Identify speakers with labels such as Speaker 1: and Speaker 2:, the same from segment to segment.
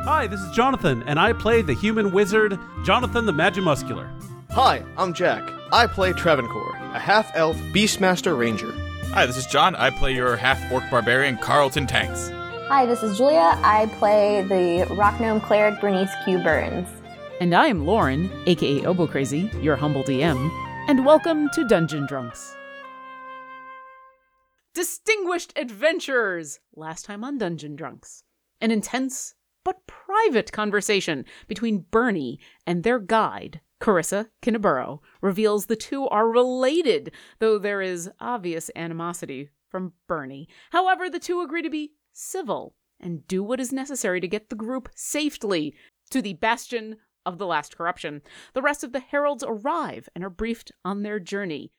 Speaker 1: Hi, this is Jonathan, and I play the human wizard, Jonathan the Magimuscular.
Speaker 2: Hi, I'm Jack. I play Travancore, a half elf Beastmaster Ranger.
Speaker 3: Hi, this is John. I play your half orc barbarian, Carlton Tanks.
Speaker 4: Hi, this is Julia. I play the rock gnome cleric Bernice Q. Burns.
Speaker 5: And I am Lauren, aka Obo Crazy, your humble DM, and welcome to Dungeon Drunks. Distinguished adventurers! Last time on Dungeon Drunks, an intense but private conversation between Bernie and their guide, Carissa Kinnaburo, reveals the two are related, though there is obvious animosity from Bernie. However, the two agree to be civil and do what is necessary to get the group safely to the bastion of the last corruption. The rest of the heralds arrive and are briefed on their journey.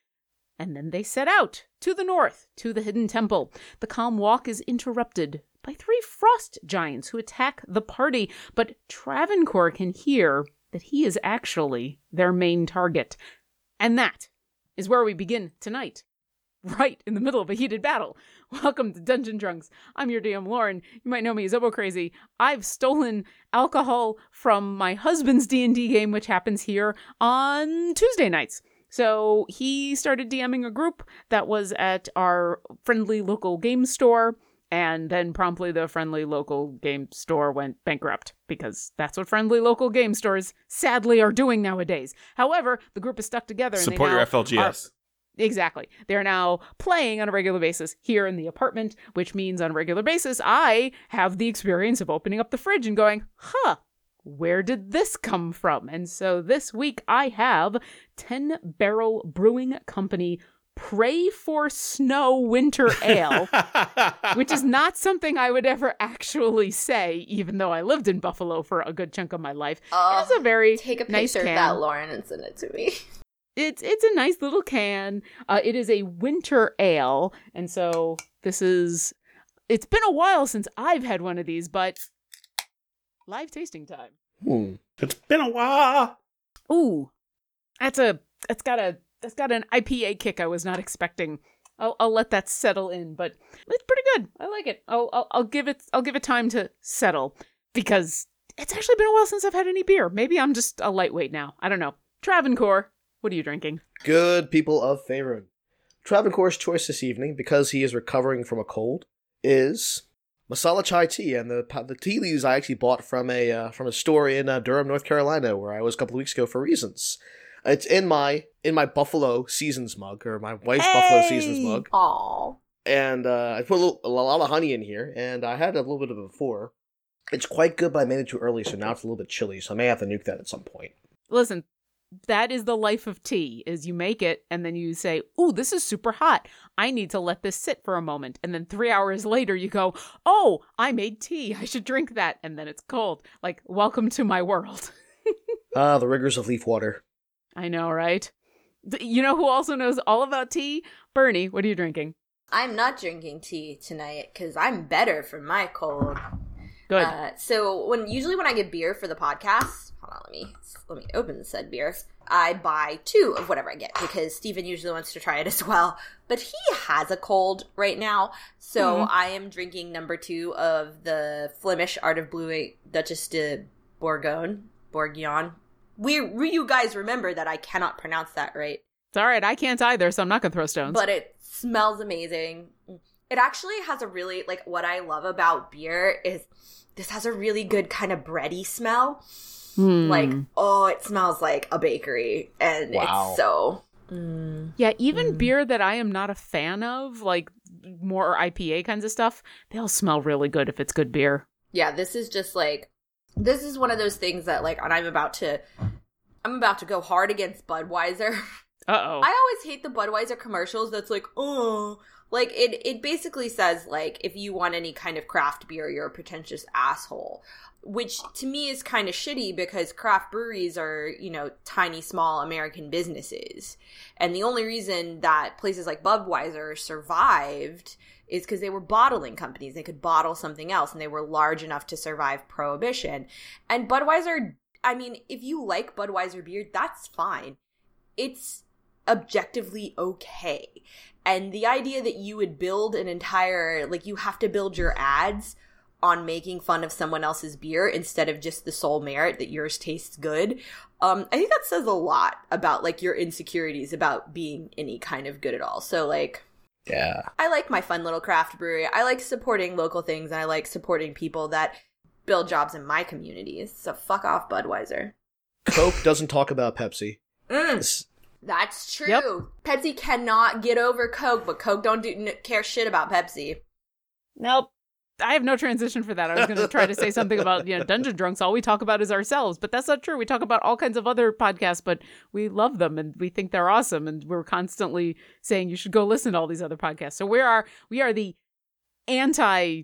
Speaker 5: And then they set out to the north, to the hidden temple. The calm walk is interrupted by three frost giants who attack the party, but Travancore can hear that he is actually their main target. And that is where we begin tonight. Right in the middle of a heated battle. Welcome to Dungeon Drunks. I'm your DM Lauren. You might know me as Obo Crazy. I've stolen alcohol from my husband's D&D game which happens here on Tuesday nights. So he started DMing a group that was at our friendly local game store, and then promptly the friendly local game store went bankrupt because that's what friendly local game stores sadly are doing nowadays. However, the group is stuck together. And they
Speaker 3: Support your
Speaker 5: now
Speaker 3: FLGS.
Speaker 5: are- exactly. They're now playing on a regular basis here in the apartment, which means on a regular basis, I have the experience of opening up the fridge and going, huh, where did this come from? And so this week I have 10 Barrel Brewing Company Pray for Snow Winter Ale, which is not something I would ever actually say, even though I lived in Buffalo for a good chunk of my life.
Speaker 4: Oh,
Speaker 5: it is a very
Speaker 4: Take a picture
Speaker 5: nice
Speaker 4: of
Speaker 5: can.
Speaker 4: that, Lauren, and send it to me.
Speaker 5: It's it's a nice little can. Uh, it is a winter ale, and so this is. It's been a while since I've had one of these, but live tasting time.
Speaker 2: Hmm.
Speaker 6: It's been a while.
Speaker 5: Ooh, that's a that's got a that's got an IPA kick I was not expecting. I'll, I'll let that settle in, but it's pretty good. I like it. I'll, I'll I'll give it I'll give it time to settle because it's actually been a while since I've had any beer. Maybe I'm just a lightweight now. I don't know. Travancore, what are you drinking?
Speaker 2: Good people of Faerun. Travancore's choice this evening, because he is recovering from a cold, is masala chai tea, and the pa- the tea leaves I actually bought from a uh, from a store in uh, Durham, North Carolina, where I was a couple of weeks ago for reasons. It's in my in my Buffalo Seasons mug, or my wife's Buffalo Seasons
Speaker 5: Hey!
Speaker 2: mug,
Speaker 4: Aw.
Speaker 2: and uh, I put a, little, a lot of honey in here, and I had a little bit of it before. It's quite good, but I made it too early, so now it's a little bit chilly, so I may have to nuke that at some point.
Speaker 5: Listen, that is the life of tea is you make it and then you say, "Ooh, this is super hot. I need to let this sit for a moment." And then 3 hours later you go, "Oh, I made tea. I should drink that." And then it's cold. Like, welcome to my world.
Speaker 2: Ah, the rigors of leaf water.
Speaker 5: I know, right? Th- You know who also knows all about tea? Bernie, what are you drinking?
Speaker 4: I'm not drinking tea tonight because I'm better for my cold.
Speaker 5: Good.
Speaker 4: Uh, so when usually when I get beer for the podcast, hold on, let me let me open said beer. I buy two of whatever I get because Steven usually wants to try it as well, but he has a cold right now, so I am drinking number two of the Flemish Art of Blue Duchess de Bourgogne. Bourguignon. We, you guys remember that I cannot pronounce that right.
Speaker 5: it's all right. I can't either, so I'm not going to throw stones.
Speaker 4: But it smells amazing. It actually has a really like what I love about beer is this has a really good kind of bready smell.
Speaker 5: Hmm.
Speaker 4: Like oh, it smells like a bakery, and
Speaker 2: Wow.
Speaker 4: it's so hmm.
Speaker 5: Yeah, even
Speaker 4: mm.
Speaker 5: beer that I am not a fan of, like more IPA kinds of stuff, they'll smell really good if it's good beer.
Speaker 4: yeah. This is just like this is one of those things that like and I'm about to I'm about to go hard against Budweiser.
Speaker 5: Uh-oh.
Speaker 4: I always hate the Budweiser commercials that's like, oh, like it it basically says like if you want any kind of craft beer, you're a pretentious asshole, which to me is kind of shitty because craft breweries are, you know, tiny small American businesses. And the only reason that places like Budweiser survived is because they were bottling companies. They could bottle something else and they were large enough to survive prohibition. And Budweiser, I mean, if you like Budweiser beer, that's fine. It's objectively okay. And the idea that you would build an entire, like, you have to build your ads on making fun of someone else's beer instead of just the sole merit that yours tastes good. Um, I think that says a lot about like your insecurities about being any kind of good at all. So like
Speaker 2: Yeah.
Speaker 4: I like my fun little craft brewery. I like supporting local things and I like supporting people that build jobs in my communities. So fuck off Budweiser.
Speaker 2: Coke doesn't talk about Pepsi.
Speaker 4: Mm.
Speaker 2: It's-
Speaker 4: That's true.
Speaker 5: Yep.
Speaker 4: Pepsi cannot get over Coke, but Coke don't do, n- care shit about Pepsi.
Speaker 5: Nope. I have no transition for that. I was going to try to say something about, you know, Dungeon Drunks. All we talk about is ourselves, but that's not true. We talk about all kinds of other podcasts, but we love them and we think they're awesome. And we're constantly saying you should go listen to all these other podcasts. So we are, we are the anti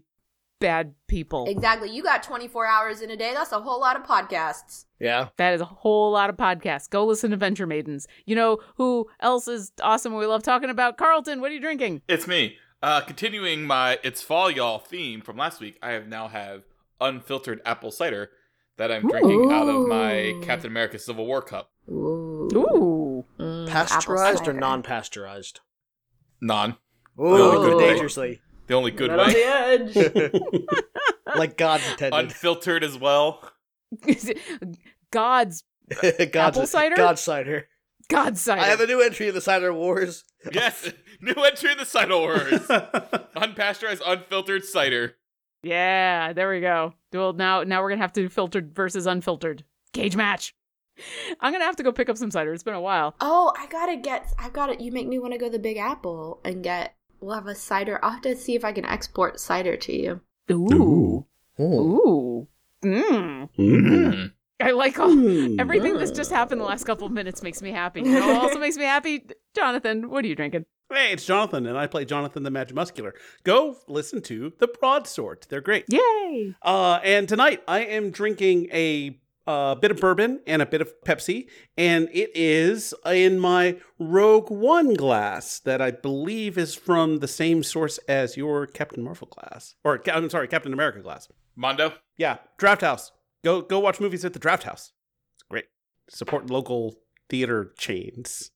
Speaker 5: bad people.
Speaker 4: Exactly. You got 24 hours in a day. That's a whole lot of podcasts.
Speaker 2: Yeah.
Speaker 5: That is a whole lot of podcasts. Go listen to Venture Maidens. You know who else is awesome and we love talking about? Carlton, what are you drinking?
Speaker 3: It's me. Uh, continuing my It's Fall Y'all theme from last week, I have now have unfiltered apple cider that I'm drinking out of my
Speaker 4: Ooh.
Speaker 3: Captain America Civil War cup.
Speaker 4: Ooh.
Speaker 5: Ooh.
Speaker 4: Mm,
Speaker 2: Pasteurized
Speaker 4: apple
Speaker 2: or
Speaker 4: cider.
Speaker 2: non pasteurized?
Speaker 3: Non.
Speaker 2: Ooh,
Speaker 4: good way.
Speaker 2: dangerously.
Speaker 3: The only good
Speaker 4: Right on
Speaker 3: way.
Speaker 4: the edge.
Speaker 2: Like God intended.
Speaker 3: Unfiltered as well.
Speaker 5: God's
Speaker 2: God's,
Speaker 5: Apple cider?
Speaker 2: God cider.
Speaker 5: God's cider.
Speaker 2: I have a new entry in the Cider Wars.
Speaker 3: Yes. New entry in the cider wars. Unpasteurized, unfiltered cider.
Speaker 5: Yeah, there we go. Well, now now we're gonna have to do filtered versus unfiltered cage match. I'm gonna have to go pick up some cider. It's been a while.
Speaker 4: oh, I gotta get. I gotta. You make me want to go to the Big Apple and get. We'll have a cider. I'll have to see if I can export cider to you.
Speaker 5: Ooh, ooh, mmm.
Speaker 3: Mm.
Speaker 5: I like all everything that's just happened the last couple of minutes makes me happy. You know what also makes me happy, Jonathan. What are you drinking?
Speaker 1: Hey, it's Jonathan, and I play Jonathan the Magic Muscular. Go listen to The Broadsword. They're great.
Speaker 5: Yay!
Speaker 1: Uh, and tonight I am drinking a uh, bit of bourbon and a bit of Pepsi, and it is in my Rogue One glass that I believe is from the same source as your Captain Marvel glass, or Ca- I'm sorry, Captain America glass.
Speaker 3: Mondo.
Speaker 1: Yeah, Draft House. Go go watch movies at the Draft House. It's great. Support local theater chains.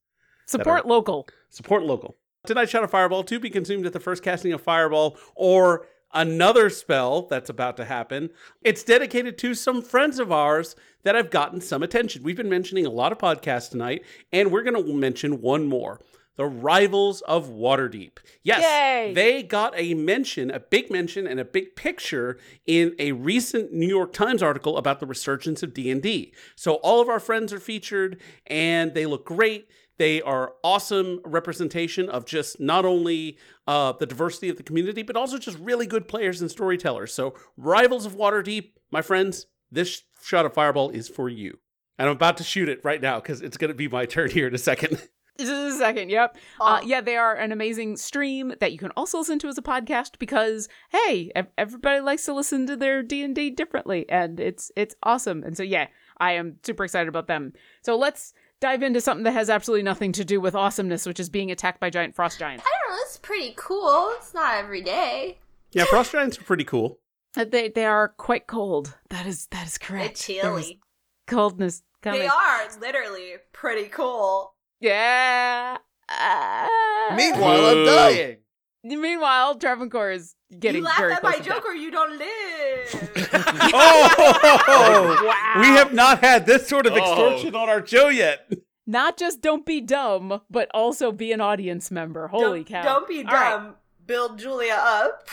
Speaker 5: Support local.
Speaker 1: Support local. Tonight, shot a fireball to be consumed at the first casting of fireball or another spell that's about to happen. It's dedicated to some friends of ours that have gotten some attention. We've been mentioning a lot of podcasts tonight, and we're going to mention one more. The Rivals of Waterdeep. Yes,
Speaker 5: Yay!
Speaker 1: they got a mention, a big mention and a big picture in a recent New York Times article about the resurgence of D&D. So all of our friends are featured and they look great. They are awesome representation of just not only uh, the diversity of the community, but also just really good players and storytellers. So, Rivals of Waterdeep, my friends, this shot of fireball is for you. And I'm about to shoot it right now because it's going to be my turn here in a second.
Speaker 5: Just a second. Yep. Uh,
Speaker 4: Oh.
Speaker 5: yeah, they are an amazing stream that you can also listen to as a podcast because hey, ev- everybody likes to listen to their D and D differently, and it's it's awesome. And so yeah, I am super excited about them. So let's dive into something that has absolutely nothing to do with awesomeness, which is being attacked by giant frost giants.
Speaker 4: I don't know. It's pretty cool. It's not every day.
Speaker 1: yeah, frost giants are pretty cool.
Speaker 5: Uh, They they are quite cold. That is that is correct.
Speaker 4: It's
Speaker 5: There is
Speaker 4: chilly.
Speaker 5: Coldness coming.
Speaker 4: They are literally pretty cool.
Speaker 5: Yeah. Ah.
Speaker 2: Meanwhile, I'm
Speaker 3: Boo.
Speaker 2: dying.
Speaker 5: meanwhile, Travancore is getting
Speaker 4: you laugh
Speaker 5: very
Speaker 4: at
Speaker 5: close
Speaker 4: my
Speaker 5: to
Speaker 4: joke
Speaker 5: death.
Speaker 4: or you don't live.
Speaker 1: Oh,
Speaker 5: Wow.
Speaker 1: we have not had this sort of
Speaker 3: Oh.
Speaker 1: extortion on our show yet.
Speaker 5: not just don't be dumb, but also be an audience member. Holy
Speaker 4: don't,
Speaker 5: cow!
Speaker 4: Don't be
Speaker 5: All right.
Speaker 4: dumb. Build Julia up.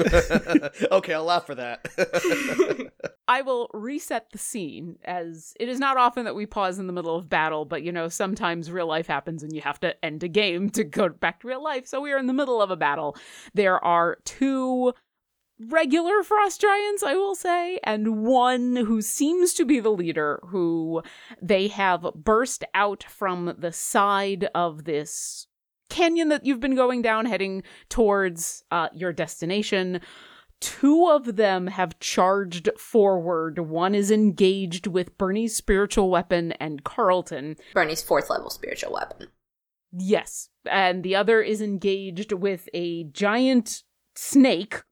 Speaker 2: okay, I'll laugh for that.
Speaker 5: I will reset the scene as it is not often that we pause in the middle of battle, but you know, sometimes real life happens and you have to end a game to go back to real life. So we are in the middle of a battle. There are two regular frost giants, I will say, and one who seems to be the leader who they have burst out from the side of this canyon that you've been going down heading towards uh, your destination two of them have charged forward. One is engaged with Bernie's spiritual weapon and Carlton.
Speaker 4: Bernie's fourth level spiritual weapon.
Speaker 5: Yes. And the other is engaged with a giant snake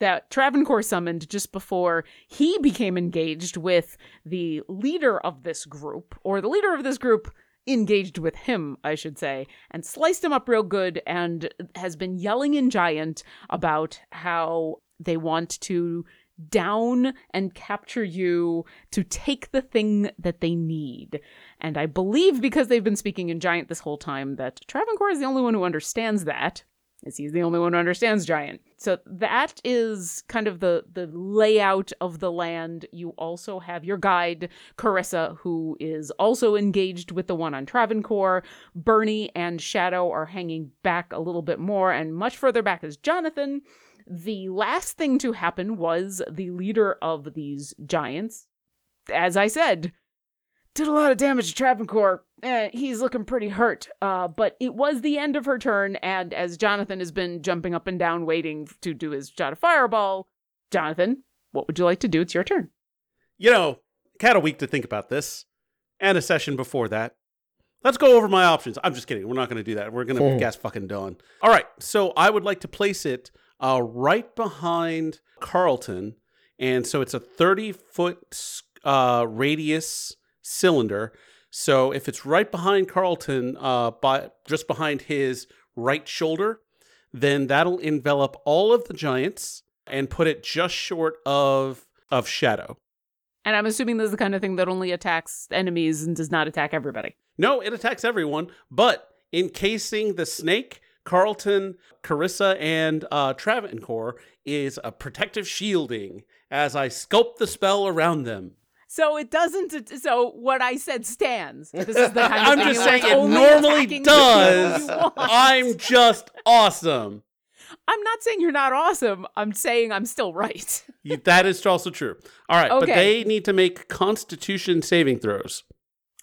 Speaker 5: that Travancore summoned just before he became engaged with the leader of this group, or the leader of this group engaged with him, I should say, and sliced him up real good and has been yelling in giant about how They want to down and capture you to take the thing that they need. And I believe because they've been speaking in giant this whole time that Travancore is the only one who understands that. As he's the only one who understands giant. So that is kind of the the layout of the land. You also have your guide, Carissa, who is also engaged with the one on Travancore. Bernie and Shadow are hanging back a little bit more, and much further back is Jonathan. The last thing to happen was the leader of these giants, as I said, did a lot of damage to Travancore. Eh, he's looking pretty hurt. Uh, but it was the end of her turn, and as Jonathan has been jumping up and down waiting to do his shot of fireball, Jonathan, what would you like to do? It's your turn.
Speaker 1: You know, had a week to think about this and a session before that. Let's go over my options. I'm just kidding. We're not going to do that. We're going to
Speaker 2: Hmm.
Speaker 1: guess fucking Dawn. All right. So I would like to place it uh, right behind Carlton. And so it's a 30 foot uh, radius cylinder. So if it's right behind Carlton, uh, by, just behind his right shoulder, then that'll envelop all of the giants and put it just short of of Shadow.
Speaker 5: And I'm assuming this is the kind of thing that only attacks enemies and does not attack everybody.
Speaker 1: No, it attacks everyone, but encasing the snake, Carlton, Carissa, and uh, Travancore is a protective shielding as I sculpt the spell around them.
Speaker 5: So it doesn't. So what I said stands. This is the kind of
Speaker 1: I'm
Speaker 5: thing
Speaker 1: just
Speaker 5: where it's
Speaker 1: saying it
Speaker 5: only
Speaker 1: normally
Speaker 5: attacking the people
Speaker 1: does.
Speaker 5: you want.
Speaker 1: I'm just awesome.
Speaker 5: I'm not saying you're not awesome. I'm saying I'm still right.
Speaker 1: You- That is also true. All right, but
Speaker 5: Okay.
Speaker 1: they need to make Constitution saving throws.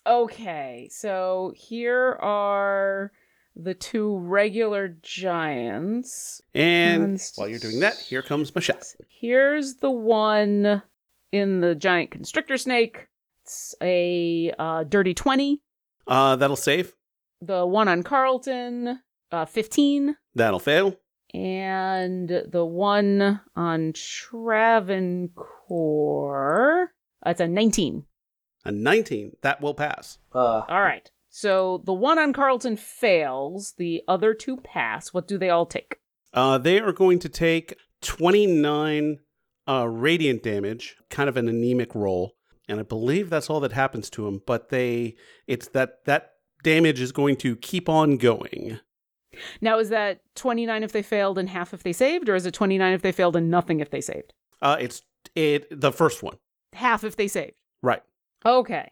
Speaker 5: Okay, so here are the two regular giants.
Speaker 1: And
Speaker 5: Const-
Speaker 1: while you're doing that, here comes my shot.
Speaker 5: Here's the one in the giant constrictor snake. It's a uh, dirty 20.
Speaker 1: Uh, that'll save.
Speaker 5: The one on Carlton, uh, 15.
Speaker 1: That'll fail.
Speaker 5: And the one on Travancore, that's a 19.
Speaker 1: A 19. That will pass.
Speaker 2: Uh,
Speaker 5: All right. So the one on Carlton fails, the other two pass. What do they all take?
Speaker 1: Uh, they are going to take 29 uh, radiant damage, kind of an anemic roll, and I believe that's all that happens to them. But they, it's that that damage is going to keep on going.
Speaker 5: Now, is that 29 if they failed and half if they saved, or is it 29 if they failed and nothing if they saved?
Speaker 1: Uh, it's it the first one,
Speaker 5: Half if they saved.
Speaker 1: right?
Speaker 5: Okay.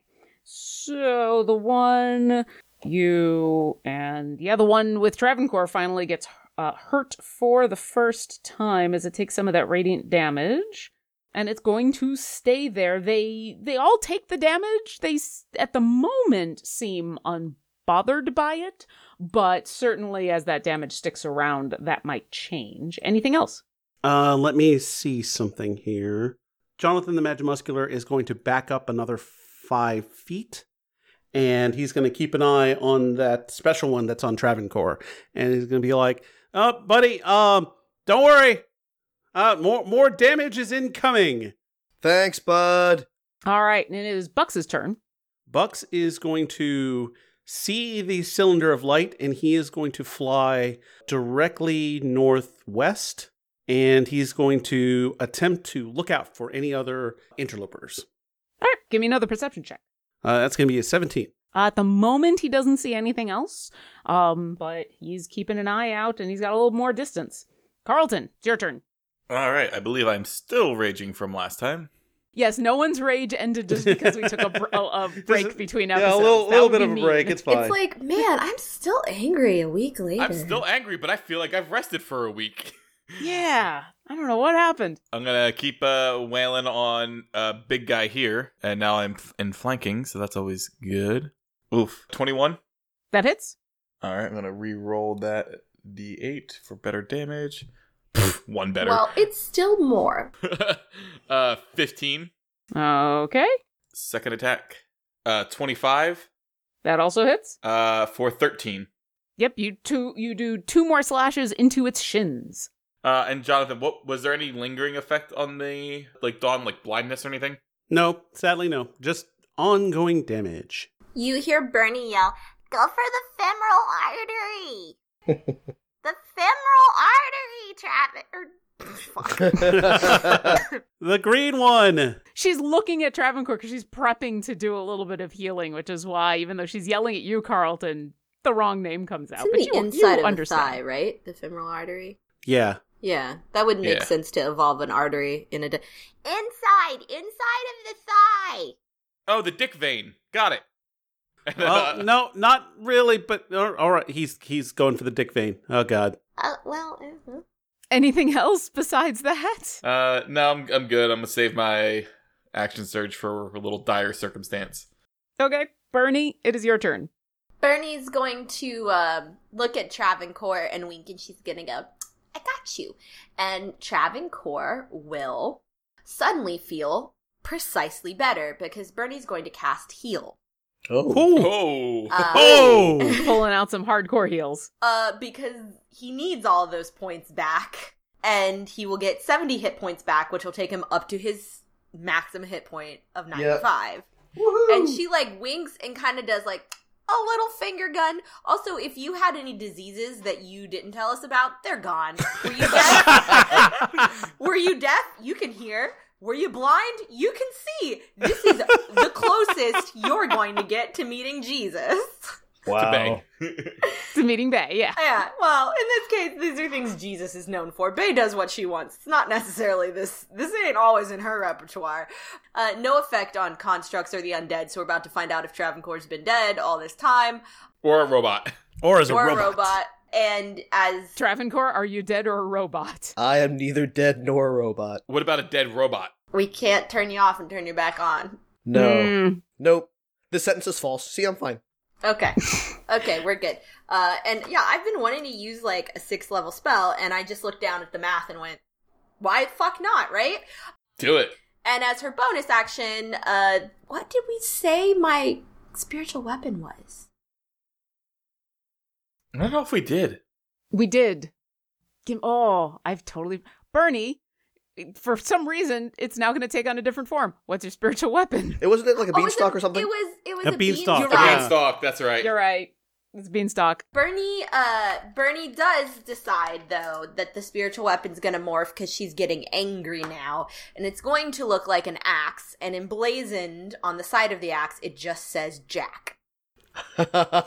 Speaker 5: So the one you and yeah, the one with Travancore finally gets uh, hurt for the first time as it takes some of that radiant damage, and it's going to stay there. They they all take the damage. They s- at the moment seem unbothered by it, but certainly as that damage sticks around, that might change. Anything else?
Speaker 1: Uh, let me see something here. Jonathan the Magimuscular is going to back up another five feet, and he's going to keep an eye on that special one that's on Travancore, and he's going to be like, "Uh, buddy, um, don't worry, uh, more more damage is incoming."
Speaker 2: thanks, bud.
Speaker 5: All right, and it is Bucks's turn.
Speaker 1: Bucks is going to see the cylinder of light and he is going to fly directly northwest and he's going to attempt to look out for any other interlopers.
Speaker 5: All right, give me another perception check.
Speaker 1: Uh, that's going to be a 17.
Speaker 5: At the moment, he doesn't see anything else, um, but he's keeping an eye out and he's got a little more distance. Carlton, it's your turn.
Speaker 3: All right, I believe I'm still raging from last time.
Speaker 5: Yes, no one's rage ended just because we took a, br- a, a break
Speaker 1: Just-
Speaker 5: between
Speaker 1: yeah,
Speaker 5: episodes.
Speaker 1: a little,
Speaker 5: That
Speaker 1: little
Speaker 5: would
Speaker 1: bit
Speaker 5: be
Speaker 1: of a
Speaker 5: mean.
Speaker 1: break. It's fine.
Speaker 4: It's like, man, I'm still angry a week later.
Speaker 3: I'm still angry, but I feel like I've rested for a week.
Speaker 5: yeah, I don't know what happened.
Speaker 3: I'm gonna keep uh, wailing on uh, big guy here, and now I'm f- in flanking, so that's always good. Oof, twenty-one.
Speaker 5: That hits.
Speaker 3: All right, I'm gonna re-roll that d8 for better damage. Pff, One better.
Speaker 4: Well, it's still more.
Speaker 3: uh, fifteen.
Speaker 5: Okay,
Speaker 3: Second attack. Uh, twenty-five.
Speaker 5: that also hits.
Speaker 3: Uh, for thirteen.
Speaker 5: Yep, you two you do two more slashes into its shins.
Speaker 3: Uh, and Jonathan, what was there any lingering effect on the like dawn, like blindness or anything?
Speaker 1: no, sadly, no. Just ongoing damage.
Speaker 4: You hear Bernie yell, "Go for the femoral artery! the femoral artery, Travis or
Speaker 1: The green one.
Speaker 5: She's looking at Travancore because she's prepping to do a little bit of healing, which is why, even though she's yelling at you, Carlton, the wrong name comes out.
Speaker 4: It's in
Speaker 5: but
Speaker 4: the
Speaker 5: you,
Speaker 4: inside
Speaker 5: you
Speaker 4: of
Speaker 5: understand.
Speaker 4: the thigh, right? The femoral artery.
Speaker 1: Yeah.
Speaker 4: Yeah, that would make
Speaker 3: Yeah.
Speaker 4: sense to evolve an artery in a di- inside, inside of the thigh.
Speaker 3: Oh, the dick vein. Got it. And then,
Speaker 1: Well,
Speaker 3: uh,
Speaker 1: no, not really. But all all right, he's he's going for the dick vein. Oh God.
Speaker 4: Uh, well, uh-huh.
Speaker 5: Anything else besides that?
Speaker 3: Uh, no, I'm I'm good. I'm gonna save my action surge for a little dire circumstance.
Speaker 5: Okay, Bernie, it is your turn.
Speaker 4: Bernie's going to um, look at Travancore and wink, and she's gonna go, "I got you." And Travancore will suddenly feel precisely better because Bernie's going to cast heal.
Speaker 2: oh.
Speaker 1: Ooh.
Speaker 3: Oh,
Speaker 4: Uh,
Speaker 1: Oh.
Speaker 5: Pulling out some hardcore heals.
Speaker 4: Uh, because he needs all of those points back, and he will get 70 hit points back, which will take him up to his maximum hit point of 95. And she, like, winks and kind of does, like, a little finger gun. Also, if you had any diseases that you didn't tell us about, they're gone. Were you deaf?
Speaker 1: Oh.
Speaker 4: Were you deaf? You can hear. Were you blind? You can see. This is the closest you're going to get to meeting Jesus.
Speaker 3: to bang.
Speaker 5: It's a meeting bay, yeah.
Speaker 4: Yeah, well, in this case, these are things Jesus is known for. Bay does what she wants. It's not necessarily this. This ain't always in her repertoire. Uh, no effect on constructs or the undead, so we're about to find out if Travancore's been dead all this time,
Speaker 3: or a robot.
Speaker 1: Or as a
Speaker 4: or
Speaker 1: robot.
Speaker 4: a robot. And as
Speaker 5: Travancore, are you dead or a robot?
Speaker 2: I am neither dead nor a robot.
Speaker 3: What about a dead robot?
Speaker 4: we can't turn you off and turn you back on.
Speaker 2: No.
Speaker 5: Mm.
Speaker 2: Nope. This sentence is false. See, I'm fine.
Speaker 4: Okay, okay, we're good. Uh, and yeah, I've been wanting to use like a six level spell, and I just looked down at the math and went, "Why the fuck not?" Right?
Speaker 3: Do it.
Speaker 4: And as her bonus action, uh, what did we say my spiritual weapon was?
Speaker 3: I don't know if we did.
Speaker 5: We did. Give, oh, I've totally. Bernie, for some reason, it's now going to take on a different form. What's your spiritual weapon?
Speaker 2: It wasn't it like a
Speaker 4: Oh, it was
Speaker 2: beanstalk
Speaker 4: a-
Speaker 2: or something.
Speaker 4: It was. It was
Speaker 1: A
Speaker 4: a,
Speaker 1: beanstalk,
Speaker 4: beanstalk.
Speaker 3: A
Speaker 1: yeah.
Speaker 4: Right.
Speaker 3: beanstalk. That's right.
Speaker 5: You're right. It's Beanstalk.
Speaker 4: Bernie, uh, Bernie does decide though that the spiritual weapon's gonna morph because she's getting angry now, and it's going to look like an axe. And emblazoned on the side of the axe, it just says Jack.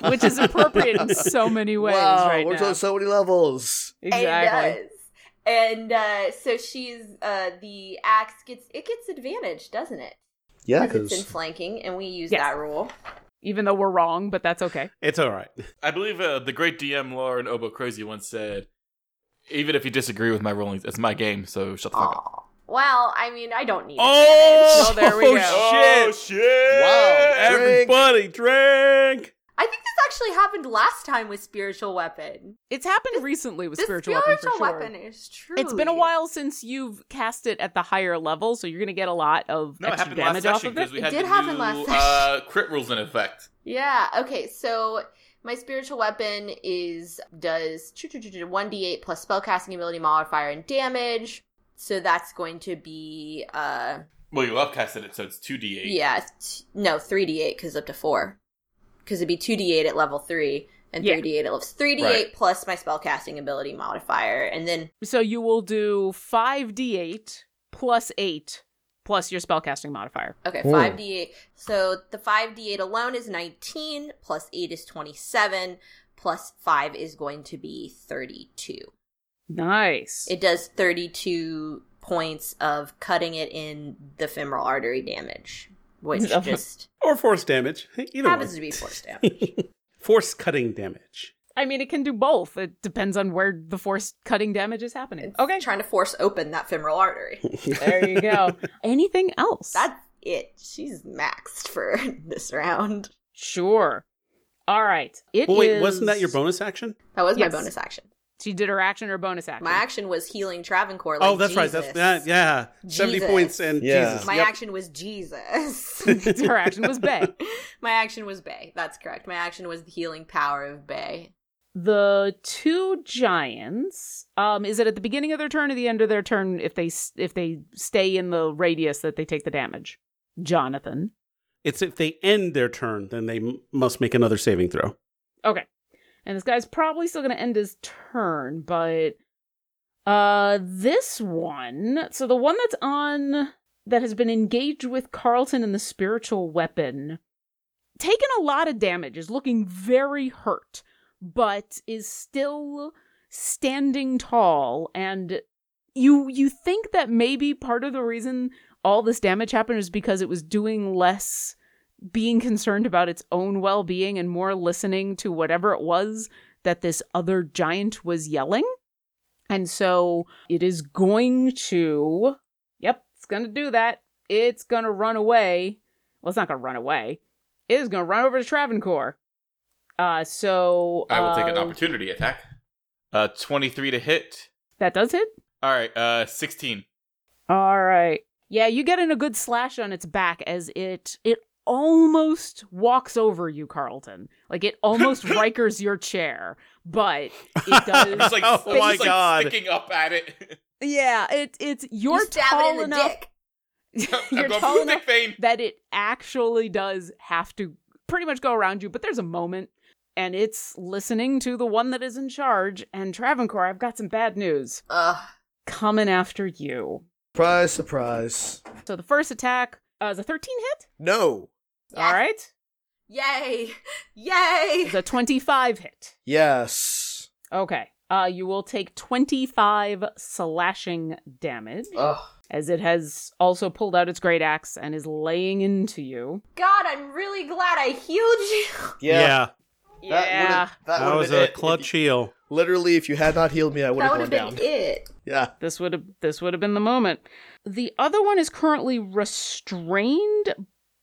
Speaker 5: which is appropriate in so many ways
Speaker 2: wow,
Speaker 5: right
Speaker 2: we're
Speaker 5: now.
Speaker 2: on so many levels.
Speaker 5: exactly.
Speaker 4: It does. And uh, so she's uh, the axe gets it gets advantage, doesn't it?
Speaker 2: Yeah,
Speaker 4: it's in
Speaker 2: because
Speaker 4: flanking, and we use
Speaker 5: Yes.
Speaker 4: that rule.
Speaker 5: Even though we're wrong, but that's okay.
Speaker 1: It's all right.
Speaker 3: I believe uh, the great DM Lauren Obo Crazy once said, "Even if you disagree with my rulings, it's my game, so shut the fuck up."
Speaker 4: Aw. Well, I mean, I don't need.
Speaker 1: Oh,
Speaker 5: So there we go.
Speaker 1: shit.
Speaker 2: Wow, drink.
Speaker 1: Everybody drink.
Speaker 4: I think this actually happened last time with spiritual weapon.
Speaker 5: It's happened recently with
Speaker 4: This
Speaker 5: spiritual, weapon. For sure.
Speaker 4: weapon is true.
Speaker 5: It's been a while since you've cast it at the higher level, so you're going to get a lot of
Speaker 3: No, it
Speaker 5: extra
Speaker 3: happened last
Speaker 5: damage off
Speaker 3: session
Speaker 5: of it.
Speaker 3: because we
Speaker 4: It
Speaker 3: had
Speaker 4: did
Speaker 3: the
Speaker 4: happen
Speaker 3: new,
Speaker 4: last
Speaker 3: uh, crit rules in effect.
Speaker 4: Yeah. Okay. So my spiritual weapon is does one d eight plus spellcasting ability modifier and damage. So that's going to be uh
Speaker 3: Well, you upcasted it, so it's two d8.
Speaker 4: yeah t- no three d eight because up to four because it'd be two d eight at level three and
Speaker 5: Yeah.
Speaker 4: three d eight at level three d eight
Speaker 3: Right.
Speaker 4: plus my spellcasting ability modifier and then
Speaker 5: So you will do 5d8 plus 8 plus your spellcasting modifier.
Speaker 4: Okay,
Speaker 2: Hmm.
Speaker 4: five d eight. So the five d eight alone is nineteen. Plus eight is twenty seven. Plus five is going to be thirty two.
Speaker 5: Nice.
Speaker 4: It does thirty two points of cutting it in the femoral artery damage, which
Speaker 5: Oh.
Speaker 4: just
Speaker 1: Or force damage. Either
Speaker 4: happens
Speaker 1: one.
Speaker 4: to be force damage.
Speaker 1: force cutting damage.
Speaker 5: I mean, it can do both. It depends on where the force cutting damage is happening. Okay.
Speaker 4: trying to force open that femoral artery.
Speaker 5: There you go. Anything else?
Speaker 4: That's it. She's maxed for this round.
Speaker 5: Sure. All right. It
Speaker 1: Well, wait,
Speaker 5: is-
Speaker 1: wasn't that your bonus action?
Speaker 4: That was
Speaker 5: Yes.
Speaker 4: my bonus action.
Speaker 5: She did her action or bonus action.
Speaker 4: My action was healing Travancore. Like
Speaker 1: oh, that's right. That's
Speaker 4: Jesus.
Speaker 1: that. Yeah, seventy
Speaker 4: Jesus.
Speaker 1: points and
Speaker 2: Yeah.
Speaker 1: Jesus.
Speaker 4: My
Speaker 1: Yep.
Speaker 4: action was Jesus.
Speaker 5: her action was Bay.
Speaker 4: My action was Bay. That's correct. My action was the healing power of Bay.
Speaker 5: The two giants. Um, is it at the beginning of their turn or the end of their turn? If they s- if they stay in the radius that they take the damage, Jonathan.
Speaker 1: It's if they end their turn, then they m- must make another saving throw.
Speaker 5: Okay, and this guy's probably still going to end his turn, but Uh, this one, so the one that's on that has been engaged with Carlton and the spiritual weapon, taken a lot of damage, is looking very hurt, but is still standing tall and you you think that maybe part of the reason all this damage happened is because it was doing less being concerned about its own well-being and more listening to whatever it was that this other giant was yelling. And so it is going to Yep, it's going to do that. It's going to run away. Well, it's not going to run away. It is going to run over to Travancore. Uh so
Speaker 3: I will take an
Speaker 4: Oh.
Speaker 5: uh,
Speaker 3: opportunity attack. Uh, 23 to hit.
Speaker 5: That does hit?
Speaker 3: All right, uh, 16.
Speaker 5: All right. Yeah, you get in a good slash on its back as it it almost walks over you, Carlton. Like it almost Rikers your chair, but it
Speaker 3: I'm
Speaker 5: does.
Speaker 3: just like,
Speaker 1: Oh
Speaker 3: I'm
Speaker 1: my
Speaker 3: just, like,
Speaker 1: God.
Speaker 3: sticking up at it.
Speaker 5: yeah, it it's you're
Speaker 4: you stab it in
Speaker 5: tall
Speaker 4: the
Speaker 5: enough.
Speaker 4: dick.
Speaker 5: you're
Speaker 3: I'm going
Speaker 5: tall
Speaker 3: for the
Speaker 5: enough
Speaker 3: thick vein.
Speaker 5: that it actually does have to pretty much go around you, but there's a moment and it's listening to the one that is in charge and Travancore, I've got some bad news
Speaker 4: Ugh.
Speaker 5: coming after you.
Speaker 2: Surprise, surprise.
Speaker 5: So the first attack uh, is a 13 hit.
Speaker 2: No.
Speaker 5: All right.
Speaker 4: Yay! Yay!
Speaker 5: It's a 25 hit.
Speaker 2: Yes.
Speaker 5: Okay. Uh, you will take 25 slashing damage
Speaker 2: Ugh.
Speaker 5: as it has also pulled out its great axe and is laying into you.
Speaker 4: God, I'm really glad I healed you.
Speaker 1: Yeah,
Speaker 2: Yeah. That
Speaker 5: Yeah.
Speaker 2: would've-
Speaker 1: that,
Speaker 2: would've
Speaker 1: was
Speaker 2: been
Speaker 1: a
Speaker 2: it.
Speaker 1: clutch heel.
Speaker 2: Literally, if you had not healed me, I would
Speaker 4: that
Speaker 2: have
Speaker 4: would
Speaker 2: gone
Speaker 4: have been
Speaker 2: down.
Speaker 4: it.
Speaker 2: Yeah.
Speaker 5: This would have this would have been the moment. The other one is currently restrained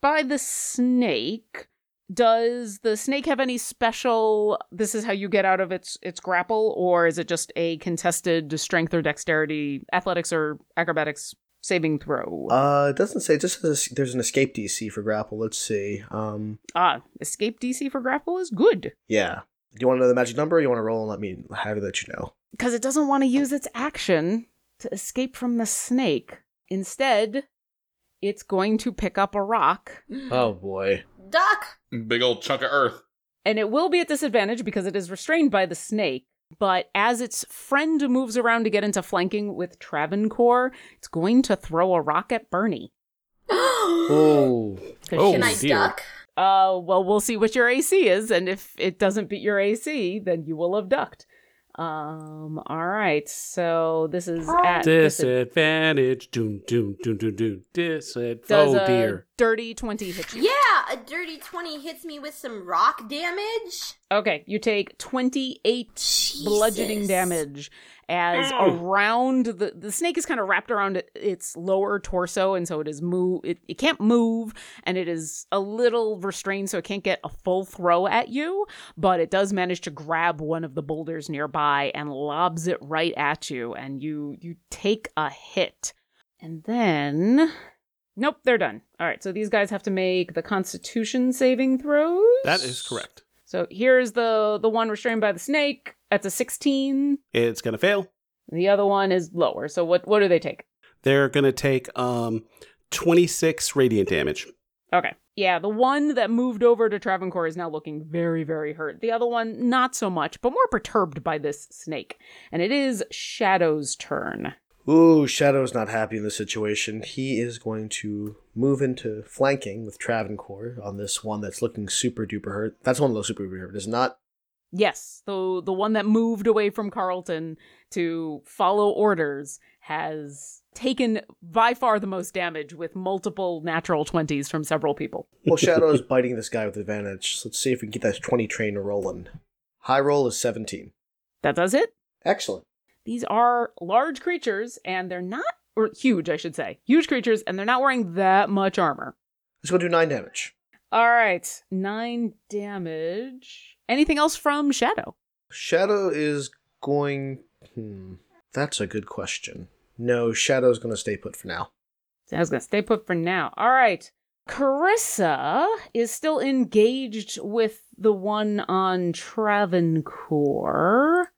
Speaker 5: by the snake. Does the snake have any special this is how you get out of its its grapple or is it just a contested strength or dexterity athletics or acrobatics saving throw?
Speaker 2: Uh, it doesn't say. It just says there's an escape DC for grapple. Let's see. Um,
Speaker 5: Ah, escape DC for grapple is good
Speaker 2: yeah. Do you want to know the magic number? Or you want to roll and let me have it let you know?
Speaker 5: because it doesn't want to use its action to escape from the snake. Instead, it's going to pick up a rock
Speaker 2: Oh boy.
Speaker 4: Duck!
Speaker 3: Big old chunk of earth.
Speaker 5: and it will be at disadvantage because it is restrained by the snake. But as its friend moves around to get into flanking with Travancore, it's going to throw a rock at Bernie.
Speaker 2: Oh.
Speaker 5: 'Cause
Speaker 1: Oh,
Speaker 4: Can I
Speaker 5: she's-
Speaker 1: dear.
Speaker 4: duck?
Speaker 5: Uh, well, we'll see what your AC is, and if it doesn't beat your AC, then you will have ducked. Um, all right, so this is at disad-
Speaker 1: Disadvantage. Doom, doom, doom, doom, doom. Disad-
Speaker 5: Does
Speaker 1: oh,
Speaker 5: a
Speaker 1: dear.
Speaker 5: dirty 20 hit you?
Speaker 4: Yeah, a dirty 20 hits me with some rock damage.
Speaker 5: Okay, you take 28 bludgeoning
Speaker 4: Jesus.
Speaker 5: damage as
Speaker 1: Ow.
Speaker 5: around the the snake is kind of wrapped around it- its lower torso and so it is move it, it can't move and it is a little restrained so it can't get a full throw at you, but it does manage to grab one of the boulders nearby and lobs it right at you and you you take a hit. And then Nope, they're done. All right, so these guys have to make the constitution saving throws.
Speaker 1: That is correct.
Speaker 5: So here's the the one restrained by the snake. That's a 16.
Speaker 1: It's going to fail.
Speaker 5: The other one is lower. So what what do they take?
Speaker 1: They're going to take um 26 radiant damage.
Speaker 5: Okay. Yeah, the one that moved over to Travancore is now looking very very hurt. The other one not so much, but more perturbed by this snake. And it is Shadow's turn.
Speaker 2: Ooh, Shadow's not happy in this situation. He is going to move into flanking with Travancore on this one that's looking super duper hurt. That's one of those super duper hurt. It's not.
Speaker 5: Yes, the the one that moved away from Carlton to follow orders has taken by far the most damage with multiple natural 20s from several people.
Speaker 2: Well, Shadow's biting this guy with advantage. So let's see if we can get that 20 train rolling. High roll is 17.
Speaker 5: That does it.
Speaker 2: Excellent.
Speaker 5: these are large creatures and they're not or huge i should say huge creatures and they're not wearing that much armor
Speaker 2: Let's go do 9 damage.
Speaker 5: all right nine damage anything else from shadow
Speaker 2: Shadow is going. Hmm. That's a good question. No, Shadow's going to stay put for now.
Speaker 5: so i was gonna stay put for now all right carissa is still engaged with the one on travancore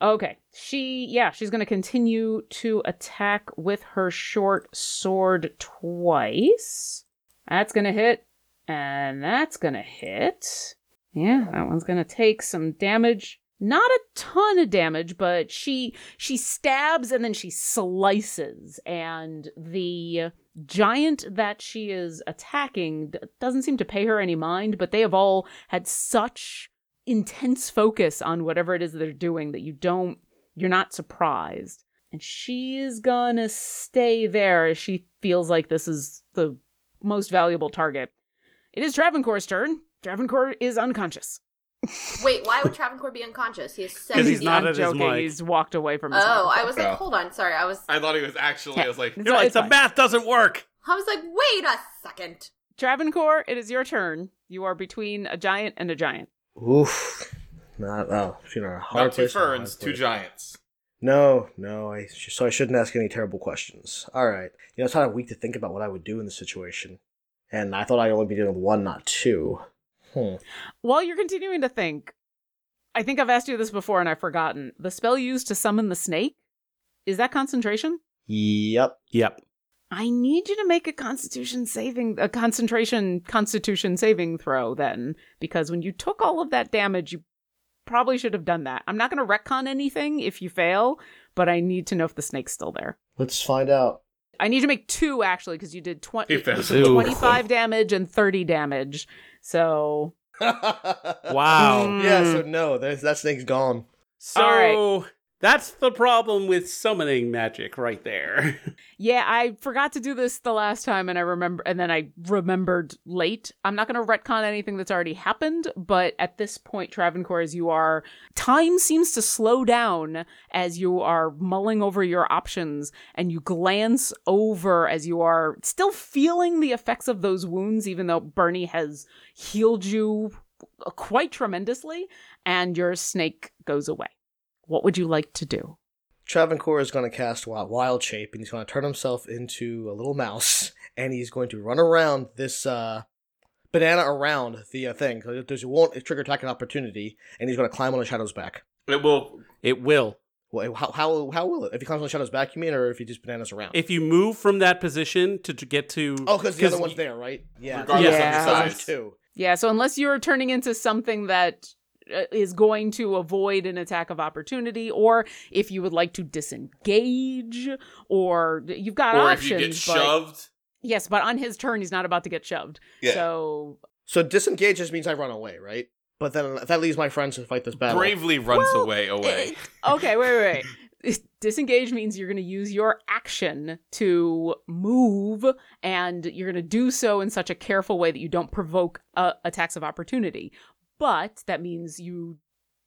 Speaker 5: okay she yeah she's gonna continue to attack with her short sword twice That's gonna hit, and that's gonna hit. Yeah, that one's gonna take some damage. Not a ton of damage, but she she stabs and then she slices and the giant that she is attacking d- doesn't seem to pay her any mind, but they have all had such intense focus on whatever it is they're doing that you don't you're not surprised. And she is gonna stay there as she feels like this is the most valuable target. It is Travancore's turn. Travancore is unconscious.
Speaker 4: Wait, why would Travancore be unconscious? He is
Speaker 6: Because
Speaker 4: 70.
Speaker 6: he's not
Speaker 5: I'm
Speaker 6: at his
Speaker 5: joking.
Speaker 6: mic.
Speaker 5: He's walked away from his
Speaker 4: oh,
Speaker 5: microphone.
Speaker 4: I was like,
Speaker 3: Oh.
Speaker 4: hold on, sorry. I was
Speaker 3: I thought he was actually. I was like,
Speaker 5: It's
Speaker 6: You're
Speaker 5: not-
Speaker 6: like
Speaker 5: it's
Speaker 6: the
Speaker 5: fine.
Speaker 6: math doesn't work.
Speaker 4: I was like, wait a second.
Speaker 5: Travancore, it is your turn. You are between a giant and a giant.
Speaker 2: Oof. Not oh, she's in a hard
Speaker 3: not two
Speaker 2: place, not a hard
Speaker 3: ferns, two
Speaker 2: place.
Speaker 3: giants.
Speaker 2: No, no. I sh- so I shouldn't ask any terrible questions. All right. You know, it's kind of weak to think about what I would do in this situation, and I thought I'd only be dealing with one, not two. Hmm.
Speaker 5: While you're continuing to think, I think I've asked you this before and I've forgotten. The spell used to summon the snake, is that concentration?
Speaker 2: Yep.
Speaker 6: Yep.
Speaker 5: I need you to make a constitution saving a concentration constitution saving throw then because when you took all of that damage you probably should have done that. I'm not going to retcon anything if you fail, but I need to know if the snake's still there.
Speaker 2: Let's find out.
Speaker 5: I need you to make two actually because you did 20
Speaker 3: He fails.
Speaker 6: Ooh.
Speaker 5: 25 damage and 30 damage. So
Speaker 6: Wow.
Speaker 5: Mm.
Speaker 2: Yeah. So no, there's, that snake's gone.
Speaker 1: So
Speaker 5: All right.
Speaker 1: Oh, that's the problem with summoning magic right there.
Speaker 5: Yeah, I forgot to do this the last time and I remember and then I remembered late. I'm not going to retcon anything that's already happened, but at this point Travancore as you are time seems to slow down as you are mulling over your options and you glance over as you are still feeling the effects of those wounds even though Bernie has healed you quite tremendously and your snake goes away. What would you like to do?
Speaker 2: Travancore is going to cast Wi- Wild Shape, and he's going to turn himself into a little mouse, and he's going to run around this uh, banana around the uh, thing. So There's it won't trigger attack an opportunity, and he's going to climb on the shadow's back.
Speaker 3: It will.
Speaker 1: it will.
Speaker 2: Well, how, how how will it? If he climbs on the shadow's back, you mean, or if he just bananas around?
Speaker 1: If you move from that position to t- get to
Speaker 2: oh, because the other one's
Speaker 1: y-
Speaker 2: there, right? Yeah.
Speaker 3: Regardless
Speaker 5: of Yeah.
Speaker 2: Because there's
Speaker 3: size.
Speaker 2: two.
Speaker 5: Yeah, so unless you're turning into something that uh, is going to avoid an attack of opportunity, or if you would like to disengage, or you've got
Speaker 3: Or if
Speaker 5: options.
Speaker 3: you get
Speaker 5: but-
Speaker 3: shoved.
Speaker 5: Yes, but on his turn, he's not about to get shoved.
Speaker 3: Yeah.
Speaker 5: So
Speaker 2: So disengage just means I run away, right? But then that leaves my friends to fight this battle.
Speaker 3: Bravely runs
Speaker 5: Well,
Speaker 3: away. Away.
Speaker 5: okay, wait, wait, wait. Disengage means you're going to use your action to move, and you're going to do so in such a careful way that you don't provoke uh, attacks of opportunity. But that means you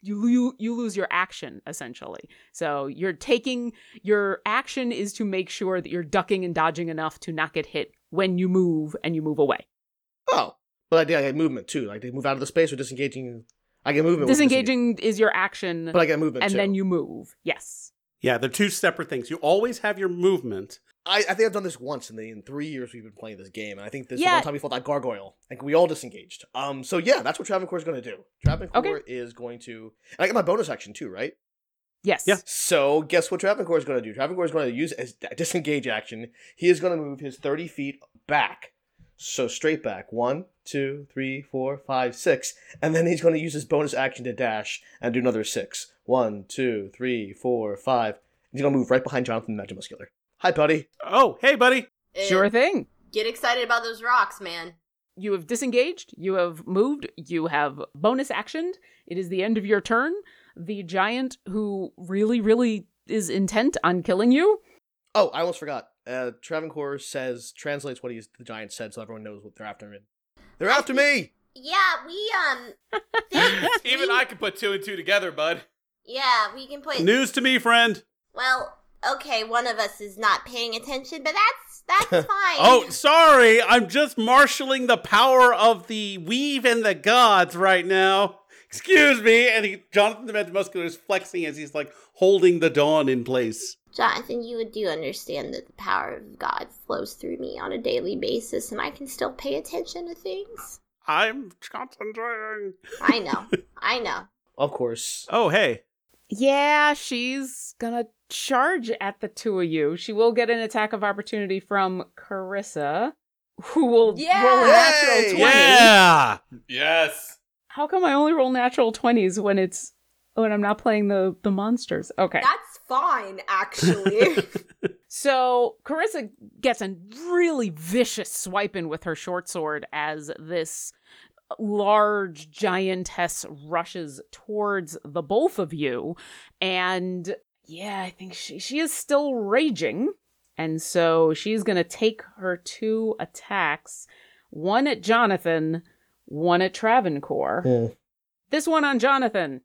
Speaker 5: you lo- you lose your action essentially. So you're taking your action is to make sure that you're ducking and dodging enough to not get hit when you move and you move away.
Speaker 2: Oh, but I did. I get movement too. Like they move out of the space or disengaging. I get movement. with
Speaker 5: Disengaging is your action,
Speaker 2: disengage, but I get movement
Speaker 5: and
Speaker 2: too.
Speaker 5: then you move. Yes.
Speaker 1: Yeah, they're two separate things. You always have your movement.
Speaker 2: I, I think I've done this once in the in three years we've been playing this game, and I think this is
Speaker 5: Yeah.
Speaker 2: the one time we fought that gargoyle. Like we all disengaged. Um, so yeah, that's what Travancore is going to do. Travancore is going to. And I get my bonus action too, right?
Speaker 5: Yes.
Speaker 1: Yeah.
Speaker 2: So guess what Travancore is going to do? Travancore is going to use as a disengage action. He is going to move his thirty feet back, so straight back. One, two, three, four, five, six, and then he's going to use his bonus action to dash and do another six. One, two, three, four, five. He's going to move right behind Jonathan the Magimuscular. Hi, buddy.
Speaker 1: Oh, hey, buddy.
Speaker 4: Eh,
Speaker 5: Sure thing.
Speaker 4: Get excited about those rocks, man.
Speaker 5: You have disengaged, you have moved, you have bonus actioned. It is the end of your turn. The giant who really, really is intent on killing you.
Speaker 2: Oh, I almost forgot. Uh, Travancore says translates what he's the giant said, so everyone knows what they're after him. They're after me.
Speaker 4: Yeah, we um
Speaker 3: Even I can put two and two together, bud.
Speaker 4: Yeah, we can play
Speaker 1: News to me, friend.
Speaker 4: Well, okay, one of us is not paying attention, but that's that's fine.
Speaker 1: Oh, sorry. I'm just marshaling the power of the weave and the gods right now. Excuse me. And he, Jonathan the Metamuscular is flexing as he's like holding the dawn in place.
Speaker 4: Jonathan, you do understand that the power of God flows through me on a daily basis and I can still pay attention to things.
Speaker 1: I'm concentrating.
Speaker 4: I know. I know.
Speaker 2: Of course.
Speaker 1: Oh, hey.
Speaker 5: Yeah, she's gonna charge at the two of you. She will get an attack of opportunity from Carissa, who will
Speaker 4: Yeah!
Speaker 5: roll a natural
Speaker 2: Yay!
Speaker 5: 20.
Speaker 1: Yeah.
Speaker 3: Yes.
Speaker 5: How come I only roll natural 20s when it's Oh, and I'm not playing the the monsters. Okay.
Speaker 4: That's fine, actually.
Speaker 5: So Carissa gets a really vicious swipe in with her short sword as this large giantess rushes towards the both of you. And yeah, I think she, she is still raging. And so she's going to take her two attacks one at Jonathan, one at Travancore.
Speaker 2: Mm.
Speaker 5: This one on Jonathan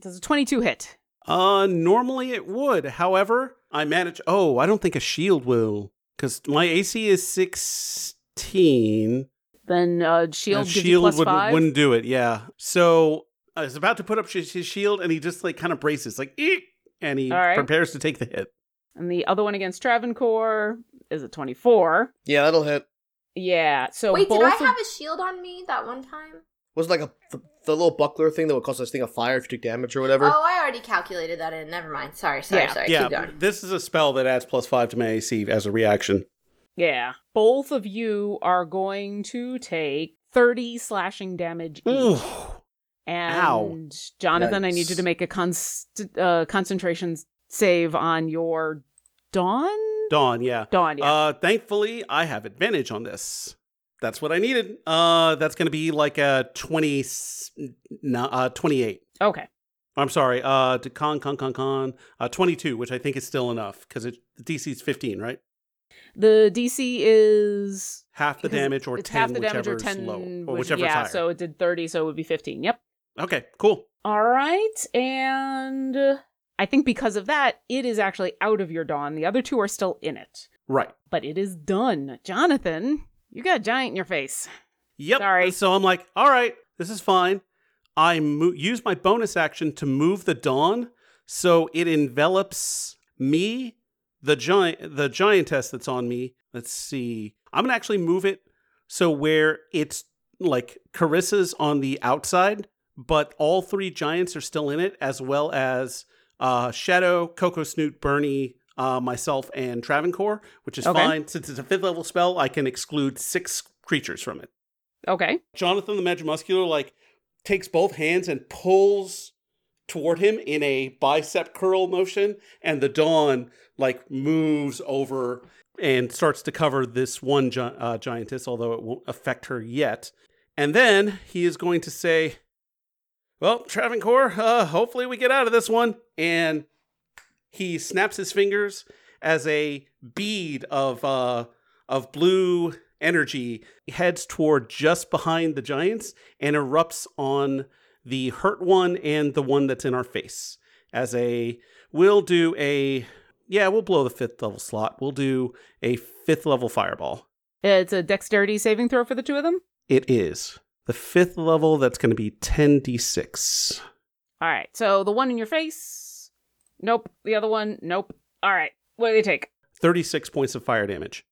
Speaker 5: does a 22 hit.
Speaker 1: Uh, normally it would. However, I manage. Oh, I don't think a shield will, because my AC is sixteen.
Speaker 5: Then uh, shield
Speaker 1: A
Speaker 5: gives you plus
Speaker 1: wouldn't,
Speaker 5: five.
Speaker 1: wouldn't do it. Yeah. So I was about to put up his, his shield, and he just like kind of braces, like eek, and he
Speaker 5: All right.
Speaker 1: prepares to take the hit.
Speaker 5: And the other one against Travancore is a 24.
Speaker 2: Yeah, that'll hit.
Speaker 5: Yeah. So
Speaker 4: Wait,
Speaker 5: both
Speaker 4: did I
Speaker 5: of-
Speaker 4: have a shield on me that one time?
Speaker 2: Was it like a the, the little buckler thing that would cause this thing a fire if you took damage or whatever?
Speaker 4: Oh, I already calculated that in. Never mind. Sorry, sorry,
Speaker 5: Yeah.
Speaker 4: sorry.
Speaker 1: yeah.
Speaker 4: Keep going.
Speaker 1: This is a spell that adds plus five to my AC as a reaction.
Speaker 5: Yeah. Both of you are going to take 30 slashing damage
Speaker 1: Ooh.
Speaker 5: each. And
Speaker 1: Ow.
Speaker 5: Jonathan, I need you
Speaker 2: Yikes.
Speaker 5: to make a const- uh, concentration save on your Dawn?
Speaker 1: Dawn. Yeah.
Speaker 5: Dawn, yeah.
Speaker 1: Uh, thankfully, I have advantage on this. That's what I needed. Uh, that's going to be like a 20, s- n- uh, 28.
Speaker 5: okay.
Speaker 1: I'm sorry, uh, to con, con, con, con, uh, 22, which I think is still enough because the DC is 15, right?
Speaker 5: The DC is.
Speaker 1: Half the
Speaker 5: because
Speaker 1: damage or
Speaker 5: it's
Speaker 1: 10,
Speaker 5: half the damage
Speaker 1: whichever
Speaker 5: or 10,
Speaker 1: is low, or
Speaker 5: which-
Speaker 1: whichever
Speaker 5: yeah,
Speaker 1: is higher.
Speaker 5: so it did 30, so it would be 15. Yep.
Speaker 1: okay, cool.
Speaker 5: All right, and uh, I think because of that, it is actually out of your dawn. The other two are still in it,
Speaker 1: Right.
Speaker 5: but it is done. Jonathan, you got a giant in your face.
Speaker 1: Yep.
Speaker 5: Sorry.
Speaker 1: So I'm like, all right, this is fine. I mo- use my bonus action to move the dawn, so it envelops me, the giant, the giantess that's on me. Let's see. I'm gonna actually move it so where it's like Carissa's on the outside, but all three giants are still in it, as well as uh, Shadow, Coco Snoot, Bernie, uh, myself, and Travancore, which is
Speaker 5: Okay.
Speaker 1: fine since it's a fifth level spell. I can exclude six creatures from it.
Speaker 5: Okay,
Speaker 1: Jonathan the Megamuscular like takes both hands and pulls toward him in a bicep curl motion, and the dawn like moves over and starts to cover this one gi- uh, giantess, although it won't affect her yet. And then he is going to say, "Well, Travancore, uh, hopefully we get out of this one." And he snaps his fingers as a bead of uh, of blue energy heads toward just behind the giants and erupts on the hurt one and the one that's in our face as a we'll do a yeah we'll blow the fifth level slot we'll do a fifth level fireball
Speaker 5: it's a dexterity saving throw for the two of them.
Speaker 1: it is the fifth level that's going to be 10d6
Speaker 5: All right, so the one in your face, nope. The other one, nope. All right, what do they take?
Speaker 1: 36 points of fire damage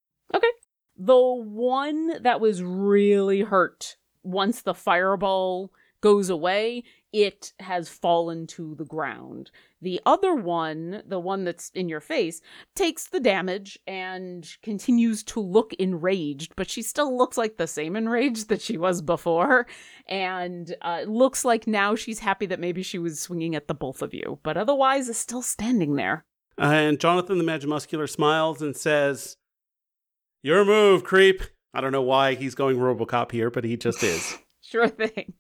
Speaker 5: the one that was really hurt once the fireball goes away it has fallen to the ground the other one the one that's in your face takes the damage and continues to look enraged but she still looks like the same enraged that she was before and uh, it looks like now she's happy that maybe she was swinging at the both of you but otherwise is still standing there
Speaker 1: and jonathan the magimuscular smiles and says your move creep i don't know why he's going robocop here but he just is
Speaker 5: sure thing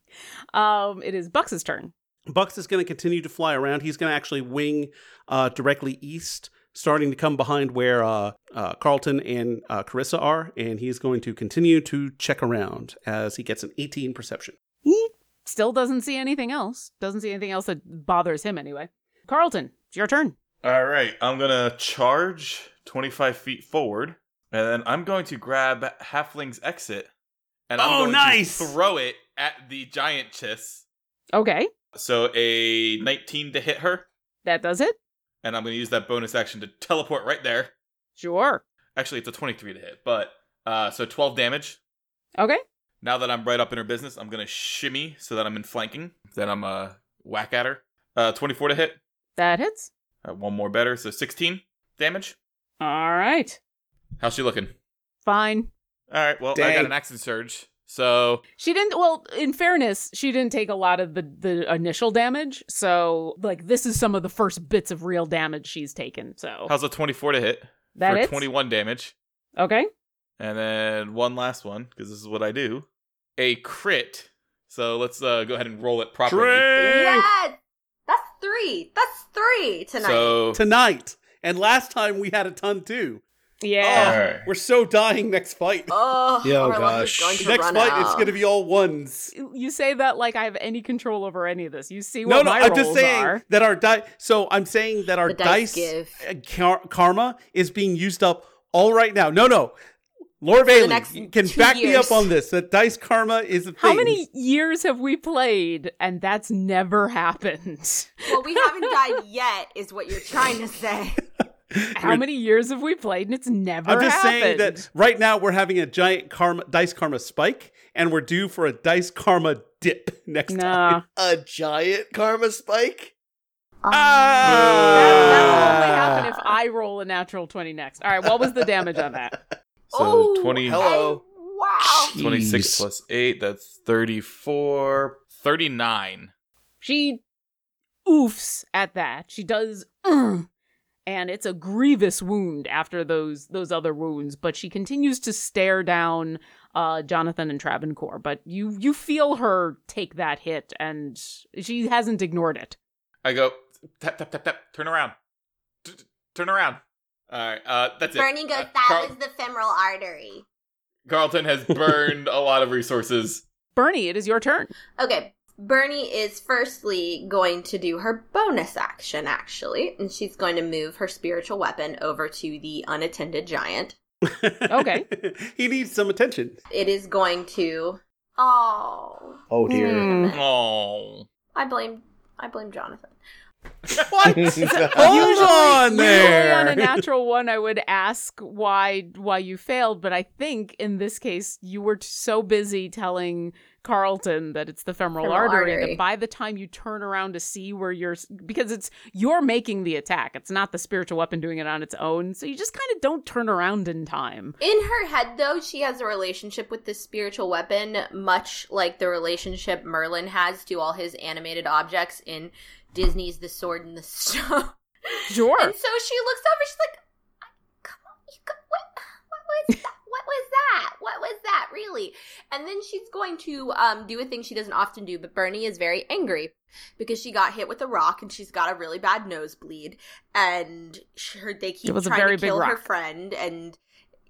Speaker 5: um it is bucks's turn
Speaker 1: Bucks is going to continue to fly around. He's going to actually wing uh, directly east, starting to come behind where uh, uh, Carlton and uh, Carissa are, and he's going to continue to check around as he gets an 18 perception.
Speaker 5: still doesn't see anything else. Doesn't see anything else that bothers him anyway. Carlton, it's your turn.
Speaker 3: All right, I'm gonna charge 25 feet forward, and then I'm going to grab Halfling's exit, and I'm
Speaker 1: Oh,
Speaker 3: going
Speaker 1: nice!
Speaker 3: to throw it at the giant chiss.
Speaker 5: Okay,
Speaker 3: So a 19 to hit her,
Speaker 5: that does it.
Speaker 3: and I'm gonna use that bonus action to teleport right there.
Speaker 5: Sure.
Speaker 3: Actually, it's a 23 to hit, but uh, so 12 damage.
Speaker 5: Okay.
Speaker 3: Now that I'm right up in her business, I'm gonna shimmy so that I'm in flanking. Then I'm uh whack at her. Uh, 24 to hit.
Speaker 5: That hits.
Speaker 3: Uh, one more better, so 16 damage.
Speaker 5: All right.
Speaker 3: How's she looking?
Speaker 5: Fine.
Speaker 3: All right, well I
Speaker 2: Dang.
Speaker 3: got an action surge, So
Speaker 5: She didn't. Well, in fairness, she didn't take a lot of the the initial damage. So, like, this is some of the first bits of real damage she's taken. So
Speaker 3: how's a 24 to hit
Speaker 5: that
Speaker 3: for
Speaker 5: it.
Speaker 3: 21 damage,
Speaker 5: Okay.
Speaker 3: and then one last one because this is what I do. A crit. So let's uh, go ahead and roll it properly.
Speaker 4: Yes! That's three. That's three tonight.
Speaker 3: So
Speaker 1: tonight. And last time we had a ton too.
Speaker 5: Yeah.
Speaker 3: Alright.
Speaker 1: We're so dying next fight.
Speaker 4: oh,
Speaker 2: Yeah, oh
Speaker 4: our luck is
Speaker 2: gosh.
Speaker 4: going to
Speaker 1: next
Speaker 4: run
Speaker 1: fight,
Speaker 4: out.
Speaker 1: it's going to be all ones.
Speaker 5: You say that like I have any control over any of this. You see what
Speaker 1: Oh. No, no,
Speaker 5: my
Speaker 1: I'm
Speaker 5: rolls
Speaker 1: just saying
Speaker 5: are.
Speaker 1: that our die. So I'm saying that our
Speaker 4: The
Speaker 1: dice,
Speaker 4: dice give.
Speaker 1: uh, car- karma is being used up all right now. No, no. Laura Bailey
Speaker 4: next
Speaker 1: can
Speaker 4: two
Speaker 1: back me up
Speaker 4: years.
Speaker 1: on this. That dice karma is a thing.
Speaker 5: How many years have we played and that's never happened?
Speaker 4: well, we haven't died yet, is what you're trying to say.
Speaker 5: How many years have we played and it's never
Speaker 1: I'm just saying
Speaker 5: happened?
Speaker 1: that right now we're having a giant karma dice karma spike, and we're due for a dice karma dip next time.
Speaker 5: Nah.
Speaker 2: A giant karma spike?
Speaker 4: Um,
Speaker 5: That, that will only
Speaker 1: Ah!
Speaker 5: happen if I roll a natural 20 next. All right, what was the damage on that?
Speaker 3: so
Speaker 4: Oh,
Speaker 3: 20
Speaker 2: hell- Hello.
Speaker 4: I- wow.
Speaker 3: 26
Speaker 2: Jeez.
Speaker 3: plus 8 that's 34 39
Speaker 5: She oofs at that. She does "Ugh," and it's a grievous wound after those those other wounds, but she continues to stare down uh Jonathan and Travancore, but you you feel her take that hit and she hasn't ignored it.
Speaker 3: i go tap tap tap tap turn around T- t- turn around all right uh that's
Speaker 4: Bernie
Speaker 3: it
Speaker 4: goes,
Speaker 3: Uh,
Speaker 4: that
Speaker 3: Carl-
Speaker 4: was the femoral artery.
Speaker 3: carlton has burned a lot of resources
Speaker 5: Bernie, it is your turn.
Speaker 4: Okay. Bernie is firstly going to do her bonus action, actually, and she's going to move her spiritual weapon over to the unattended giant.
Speaker 5: Okay.
Speaker 1: he needs some attention.
Speaker 4: It is going to. Oh,
Speaker 2: Oh dear.
Speaker 5: Hmm.
Speaker 3: oh
Speaker 4: I blame I blame Jonathan.
Speaker 1: What? Hold
Speaker 4: Hmm.
Speaker 5: Usually-
Speaker 1: on
Speaker 5: Usually on
Speaker 1: there.
Speaker 5: a natural one, I would ask why why you failed, but I think in this case you were t- so busy telling Carlton that it's the femoral,
Speaker 4: Femoral
Speaker 5: artery,
Speaker 4: artery.
Speaker 5: that by the time you turn around to see where you're because it's you're making the attack. It's not the spiritual weapon doing it on its own, so you just kind of don't turn around in time.
Speaker 4: In her head, though, she has a relationship with this spiritual weapon, much like the relationship Merlin has to all his animated objects in Disney's The Sword and the Stone.
Speaker 5: Sure.
Speaker 4: And so she looks over. She's like, "Come on, you go, what? What was that? What was that? What was that? Really?" And then she's going to um, do a thing she doesn't often do, but Bernie is very angry because she got hit with a rock and she's got a really bad nosebleed, and she, her, they keep
Speaker 5: It was a
Speaker 4: trying
Speaker 5: very
Speaker 4: to
Speaker 5: big
Speaker 4: kill her
Speaker 5: rock.
Speaker 4: friend and.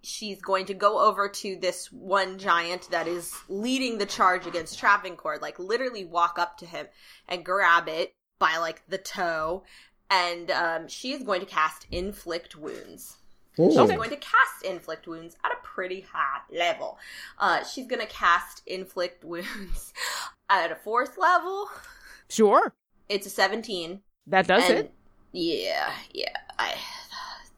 Speaker 4: She's going to go over to this one giant that is leading the charge against Travancore, like literally walk up to him and grab it by like the toe and um, she is going to cast inflict wounds. She's
Speaker 2: Ooh.
Speaker 4: going to cast inflict wounds at a pretty high level. Uh, she's going to cast inflict wounds at a fourth level.
Speaker 5: Sure.
Speaker 4: It's a seventeen.
Speaker 5: That does
Speaker 4: and-
Speaker 5: it.
Speaker 4: Yeah, yeah. I,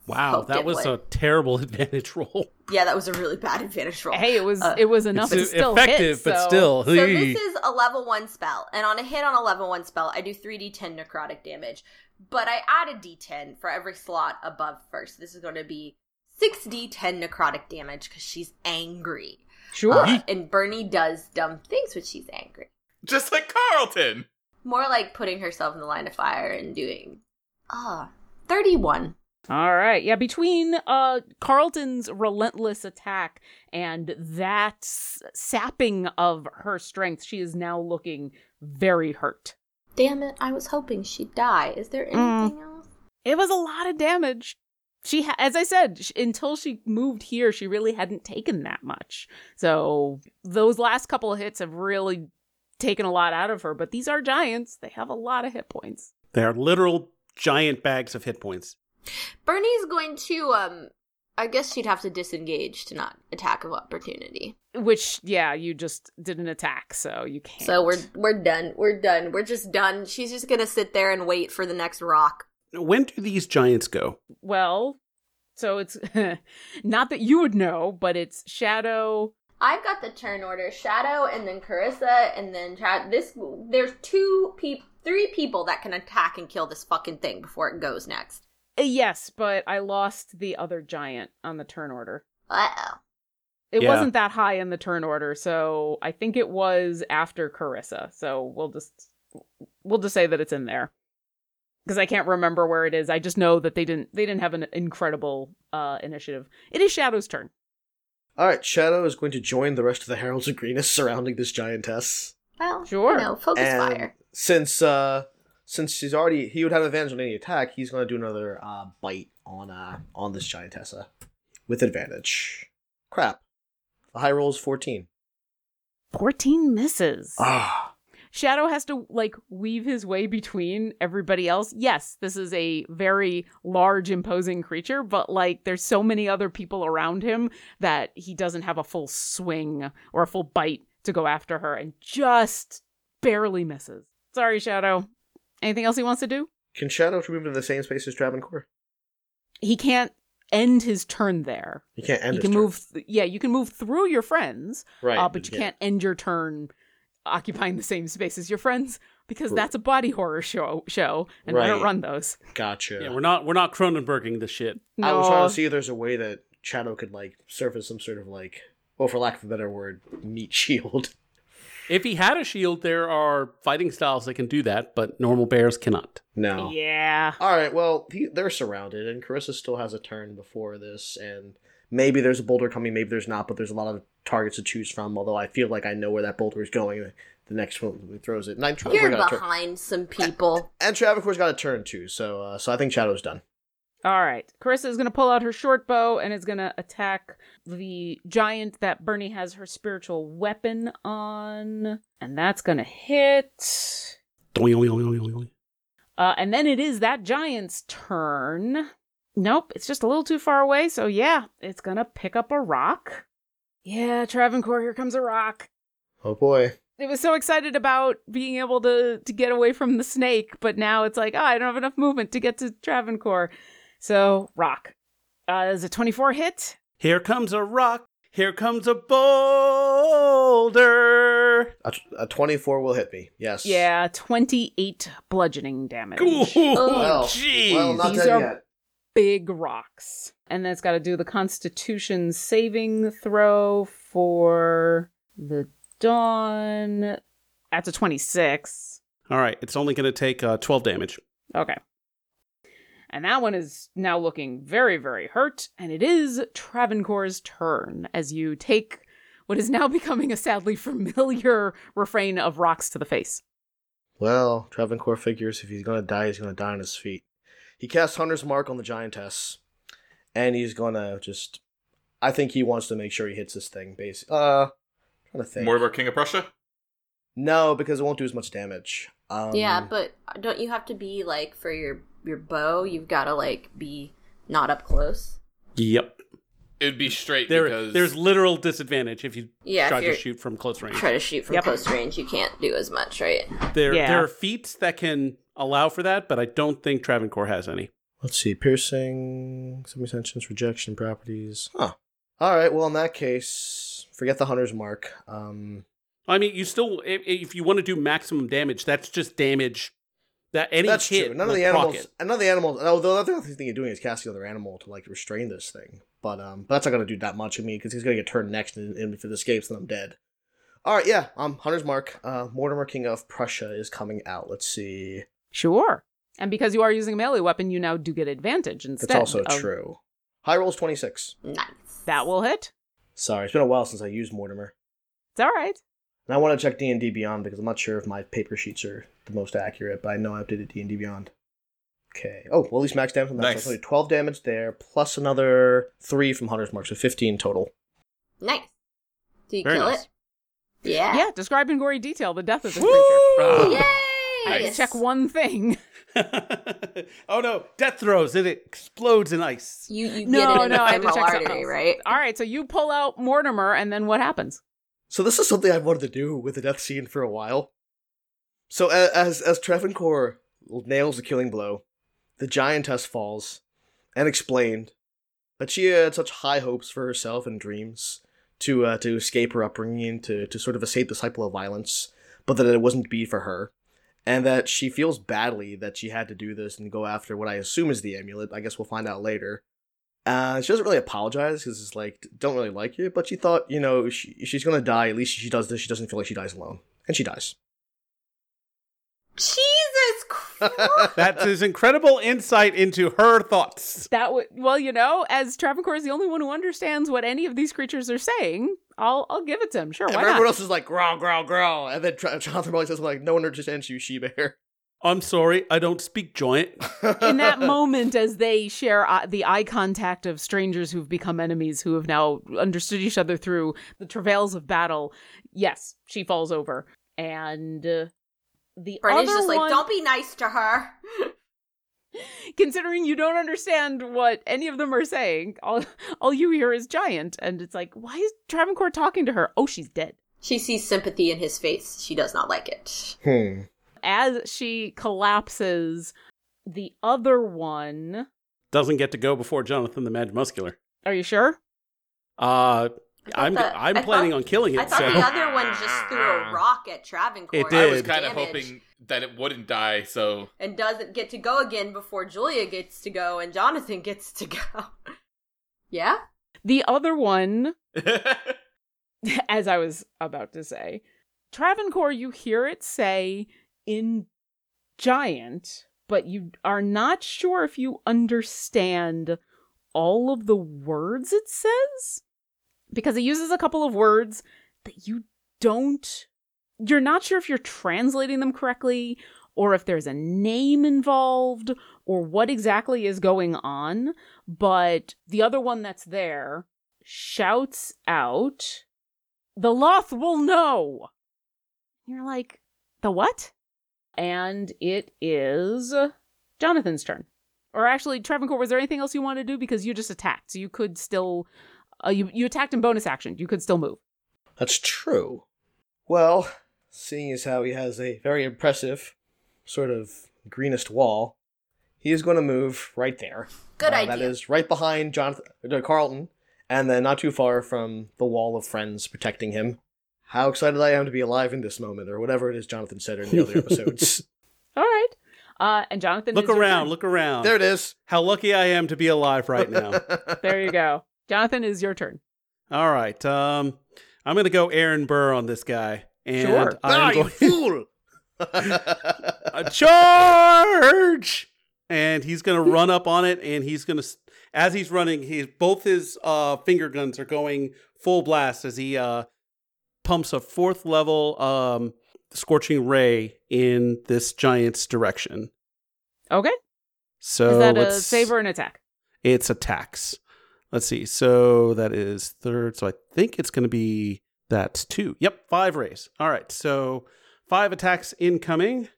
Speaker 1: Wow,
Speaker 4: Hope
Speaker 1: that
Speaker 4: it
Speaker 1: was a
Speaker 4: would.
Speaker 1: terrible advantage roll.
Speaker 4: yeah, that was a really bad advantage roll.
Speaker 5: Hey, it was
Speaker 4: Uh,
Speaker 5: it was enough to
Speaker 1: It's
Speaker 5: still
Speaker 1: effective,
Speaker 5: hit,
Speaker 1: but
Speaker 5: so-
Speaker 1: still.
Speaker 4: So this is a level one spell, and on a hit on a level one spell, I do three d10 necrotic damage. But I add a d10 for every slot above first. This is going to be six d10 necrotic damage because she's angry,
Speaker 5: Sure.
Speaker 4: Uh, and Bernie does dumb things when she's angry.
Speaker 3: just like carlton
Speaker 4: More like putting herself in the line of fire and doing ah 31.
Speaker 5: All right. Yeah, between uh Carlton's relentless attack and that s- sapping of her strength, she is now looking very hurt.
Speaker 4: Damn it! I was hoping she'd die. Is there anything else?
Speaker 5: It was a lot of damage. She ha- as I said, sh- until she moved here, she really hadn't taken that much. So, those last couple of hits have really taken a lot out of her, but these are giants. They have a lot of hit points.
Speaker 1: They're literal giant bags of hit points.
Speaker 4: Bernie's going to um. I guess she'd have to disengage to not attack of opportunity.
Speaker 5: Which, yeah, you just did an attack, so you can't.
Speaker 4: So we're we're done. We're done. We're just done. She's just gonna sit there and wait for the next rock.
Speaker 1: When do these giants go?
Speaker 5: Well, so it's not that you would know, but it's Shadow.
Speaker 4: I've got the turn order: Shadow, and then Carissa, and then Chad. This there's two people, three people that can attack and kill this fucking thing before it goes next.
Speaker 5: eh, Uh, Yes, but I lost the other giant on the turn order.
Speaker 4: Uh oh.
Speaker 5: It
Speaker 1: Yeah.
Speaker 5: wasn't that high in the turn order, so I think it was after Carissa. So we'll just we'll just say that it's in there. Because I can't remember where it is. I just know that they didn't they didn't have an incredible uh initiative. It is Shadow's turn.
Speaker 2: All right, Shadow is going to join the rest of the heralds of Greenus surrounding this giantess.
Speaker 4: Well,
Speaker 5: Sure.
Speaker 4: You know, focus
Speaker 2: And
Speaker 4: fire.
Speaker 2: Since uh, since she's already he would have advantage on any attack, he's going to do another uh, bite on uh on this giantessa with advantage. Crap. The high roll is fourteen.
Speaker 5: 14 misses.
Speaker 2: Ah.
Speaker 5: Shadow has to like weave his way between everybody else. Yes, this is a very large, imposing creature, but like there's so many other people around him that he doesn't have a full swing or a full bite to go after her and just barely misses. Sorry, Shadow. Anything else he wants to do?
Speaker 2: Can Shadow move into the same space as Travancore?
Speaker 5: He can't end his turn there.
Speaker 2: He can't end
Speaker 5: you
Speaker 2: his
Speaker 5: can
Speaker 2: turn.
Speaker 5: move th- yeah, you can move through your friends,
Speaker 2: right,
Speaker 5: uh, but you can't end your turn occupying the same space as your friends because
Speaker 2: Right.
Speaker 5: that's a body horror show. Show, and I don't
Speaker 2: Right.
Speaker 5: run those.
Speaker 2: Gotcha.
Speaker 1: Yeah, we're not we're not Cronenberging this shit.
Speaker 2: I was trying
Speaker 5: No.
Speaker 2: to see if there's a way that Shadow could like surface some sort of like, well, for lack of a better word, meat shield.
Speaker 1: If he had a shield, there are fighting styles that can do that, but normal bears cannot.
Speaker 2: No.
Speaker 5: Yeah.
Speaker 2: All right. Well, he, they're surrounded, and Carissa still has a turn before this, and maybe there's a boulder coming, maybe there's not, but there's a lot of targets to choose from. Although I feel like I know where that boulder is going. The next one throws it. And I-
Speaker 4: You're
Speaker 2: got a turn.
Speaker 4: behind some people.
Speaker 2: And Travancore's got a turn too, so uh, so I think Shadow's done.
Speaker 5: All right. Carissa is going to pull out her short bow and is going to attack the giant that Bernie has her spiritual weapon on, and that's going to hit.
Speaker 1: Doing, doing, doing, doing, doing.
Speaker 5: Uh, and then it is that giant's turn. Nope, it's just a little too far away. So yeah, it's gonna pick up a rock. Yeah, Travancore, here comes a rock.
Speaker 2: Oh boy.
Speaker 5: It was so excited about being able to to get away from the snake, but now it's like, oh, I don't have enough movement to get to Travancore. So rock. Uh, is a twenty-four hit?
Speaker 1: Here comes a rock. Here comes a boulder.
Speaker 2: A, t- a twenty-four will hit me. Yes.
Speaker 5: Yeah, twenty-eight bludgeoning damage.
Speaker 1: Ooh,
Speaker 4: Oh,
Speaker 2: Well,
Speaker 1: jeez.
Speaker 2: well, not
Speaker 5: These
Speaker 2: dead
Speaker 5: are-
Speaker 2: yet.
Speaker 5: big rocks. And that's got to do the Constitution saving throw for the Dawn. That's a 26.
Speaker 1: All right, it's only going to take uh, 12 damage.
Speaker 5: Okay. And that one is now looking very, very hurt. And it is Travancore's turn as you take what is now becoming a sadly familiar refrain of rocks to the face.
Speaker 2: Well, Travancore figures if he's gonna die, he's gonna die on his feet. He casts Hunter's Mark on the giantess, and he's gonna just. I think he wants to make sure he hits this thing. Basically, uh, trying to think.
Speaker 3: Mortimer King of Prussia?
Speaker 2: No, because it won't do as much damage. Um,
Speaker 4: yeah, but don't you have to be like for your your bow? You've got to like be not up close.
Speaker 1: Yep.
Speaker 3: It would be straight
Speaker 1: There,
Speaker 3: because
Speaker 1: There's literal disadvantage if you
Speaker 4: Yeah, if
Speaker 1: try to
Speaker 4: you're-
Speaker 1: shoot from close range.
Speaker 4: Try to shoot from
Speaker 5: Yep.
Speaker 4: close range. You can't do as much, right?
Speaker 1: There,
Speaker 5: Yeah.
Speaker 1: there are feats that can allow for that, but I don't think Travancore has any.
Speaker 2: let's see, piercing, some extensions, rejection properties. Huh. All right. Well, in that case, forget the Hunter's Mark. Um,
Speaker 1: I mean, you still, if, if you want to do maximum damage, that's just damage that any
Speaker 2: that's
Speaker 1: hit.
Speaker 2: true. None
Speaker 1: will
Speaker 2: of the
Speaker 1: proc
Speaker 2: animals.
Speaker 1: it.
Speaker 2: None of the animals. Although I think the thing you're doing is casting another animal to like restrain this thing. But um, but that's not gonna do that much. I mean, because he's gonna get turned next, and, and if it escapes, then I'm dead. All right. Yeah. Um, Hunter's Mark. Uh, Mortimer King of Prussia is coming out. Let's see.
Speaker 5: Sure. And because you are using a melee weapon, you now do get advantage instead.
Speaker 2: That's also
Speaker 5: of-
Speaker 2: true. High rolls twenty six.
Speaker 4: Nice.
Speaker 5: That will hit.
Speaker 2: Sorry, it's been a while since I used Mortimer.
Speaker 5: It's all right.
Speaker 2: And I want to check D and D Beyond because I'm not sure if my paper sheets are the most accurate, but I know I updated D and D Beyond. Okay. Oh, well, at least max damage on that.
Speaker 3: Nice.
Speaker 2: So it's only 12 damage there, plus another three from Hunter's Mark, so 15 total.
Speaker 4: Nice. Do you
Speaker 1: Very
Speaker 4: kill
Speaker 1: nice.
Speaker 4: it? Yeah.
Speaker 5: Yeah, describe in gory detail the death of this creature.
Speaker 2: Ah.
Speaker 1: Woo!
Speaker 4: Yay!
Speaker 3: Nice.
Speaker 5: Check one thing.
Speaker 1: oh no, death throes. It explodes in ice.
Speaker 4: You you
Speaker 5: No,
Speaker 4: get it in
Speaker 5: no,
Speaker 4: the
Speaker 5: I had to
Speaker 4: femoral
Speaker 5: check something
Speaker 4: artery,
Speaker 5: else.
Speaker 4: right?
Speaker 5: All right, so you pull out Mortimer, and then what happens?
Speaker 2: So this is something I've wanted to do with the death scene for a while. So a- as as Travancore nails the killing blow, the giantess falls, and explained that she had such high hopes for herself and dreams to uh, to escape her upbringing, to to sort of escape the cycle of violence, but that it wasn't to be for her, and that she feels badly that she had to do this and go after what I assume is the amulet. I guess we'll find out later. Uh, she doesn't really apologize because it's like don't really like you, but she thought you know she, she's gonna die. At least she does this. She doesn't feel like she dies alone, and she dies.
Speaker 4: Jesus Christ.
Speaker 1: That is incredible insight into her thoughts.
Speaker 5: That would well, you know, as Travancore is the only one who understands what any of these creatures are saying, I'll I'll give it to him. Sure,
Speaker 2: And
Speaker 5: Oh, why
Speaker 2: everyone
Speaker 5: not?
Speaker 2: else is like growl, growl, growl, and then Tra- Jonathan Marley says like, "No one understands you, she bear."
Speaker 1: I'm sorry, I don't speak giant.
Speaker 5: In that moment, as they share uh, the eye contact of strangers who've become enemies, who have now understood each other through the travails of battle, yes, she falls over, and uh, the
Speaker 4: Bernie's
Speaker 5: other
Speaker 4: just like,
Speaker 5: one-
Speaker 4: don't be nice to her.
Speaker 5: considering you don't understand what any of them are saying, all all you hear is giant, and it's like, why is Travancore talking to her? Oh, she's dead.
Speaker 4: She sees sympathy in his face. She does not like it.
Speaker 2: Hmm.
Speaker 5: As she collapses, the other one.
Speaker 1: Doesn't get to go before Jonathan the Mad Muscular.
Speaker 5: Are you sure?
Speaker 1: Uh,
Speaker 4: I thought
Speaker 1: I'm
Speaker 4: that-
Speaker 1: I'm
Speaker 4: I
Speaker 1: planning
Speaker 4: thought-
Speaker 1: on killing
Speaker 4: I
Speaker 1: it.
Speaker 4: thought
Speaker 1: So
Speaker 4: the other one just threw a rock at Travancore.
Speaker 1: It
Speaker 3: I Uh-huh. was
Speaker 1: did.
Speaker 3: kind of
Speaker 4: Damage.
Speaker 3: hoping that it wouldn't die, so
Speaker 4: and doesn't get to go again before Julia gets to go and Jonathan gets to go. yeah?
Speaker 5: The other one, as I was about to say, Travancore, you hear it say in giant, but you are not sure if you understand all of the words it says because it uses a couple of words that you don't you're not sure if you're translating them correctly or if there's a name involved or what exactly is going on but the other one that's there shouts out the loth will know you're like the what and it is jonathan's turn or actually travancore was there anything else you wanted to do because you just attacked so you could still uh, you, you attacked in bonus action you could still move
Speaker 2: That's true. Well, seeing as how he has a very impressive, sort of greenest wall, he is going to move right there.
Speaker 4: Good
Speaker 2: Uh,
Speaker 4: idea.
Speaker 2: That is right behind Jonathan uh, Carlton, and then not too far from the wall of friends protecting him. How excited I am to be alive in this moment, or whatever it is Jonathan said in the other episodes.
Speaker 5: all right uh, and jonathan
Speaker 1: look
Speaker 5: is your
Speaker 1: around,
Speaker 5: turn.
Speaker 1: look around.
Speaker 2: there it is.
Speaker 1: How lucky I am to be alive right now.
Speaker 5: there you go jonathan is your turn
Speaker 1: All right. Um, I'm gonna go Aaron Burr on this guy, and
Speaker 5: Sure.
Speaker 1: I'm
Speaker 2: ah, you
Speaker 1: going
Speaker 2: fool! Ah,
Speaker 1: a charge, and he's gonna run up on it, and he's gonna s- as he's running, he's both his uh finger guns are going full blast as he uh pumps a fourth level um scorching ray in this giant's direction.
Speaker 5: okay
Speaker 1: So
Speaker 5: is that a
Speaker 1: let's-
Speaker 5: save or an attack
Speaker 1: It's attacks. Let's see. So that is third. So I think it's going to be that's two. Yep, five rays. All right. So five attacks incoming.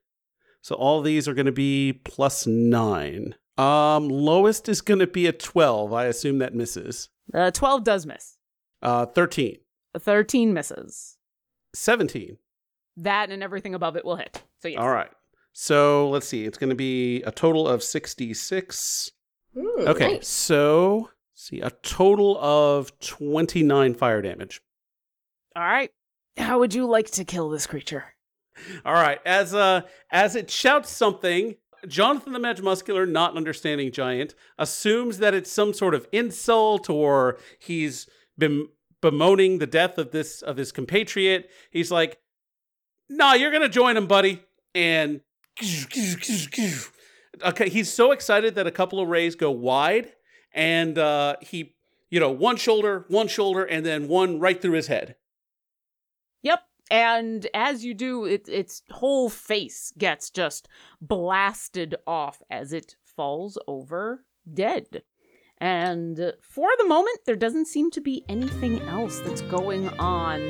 Speaker 1: So all these are going to be plus nine. Um, lowest is going to be a twelve. I assume that misses.
Speaker 5: uh, 12 does miss
Speaker 1: Uh, thirteen.
Speaker 5: 13 misses
Speaker 1: Seventeen.
Speaker 5: that and everything above it will hit so yes
Speaker 1: All right. So let's see. It's going to be a total of sixty-six.
Speaker 4: Mm,
Speaker 1: Okay.
Speaker 4: nice.
Speaker 1: So see a total of twenty-nine fire damage.
Speaker 5: all right how would you like to kill this creature
Speaker 1: All right. As uh as it shouts something, Jonathan the Mad Muscular, not understanding giant, assumes that it's some sort of insult or he's been bemoaning the death of this of his compatriot. He's like, "Nah, you're gonna join him, buddy." And okay, he's so excited that a couple of rays go wide, and uh, he, you know, one shoulder, one shoulder, and then one right through his head.
Speaker 5: Yep. And as you do, it, its whole face gets just blasted off as it falls over dead. And uh, for the moment, there doesn't seem to be anything else that's going on.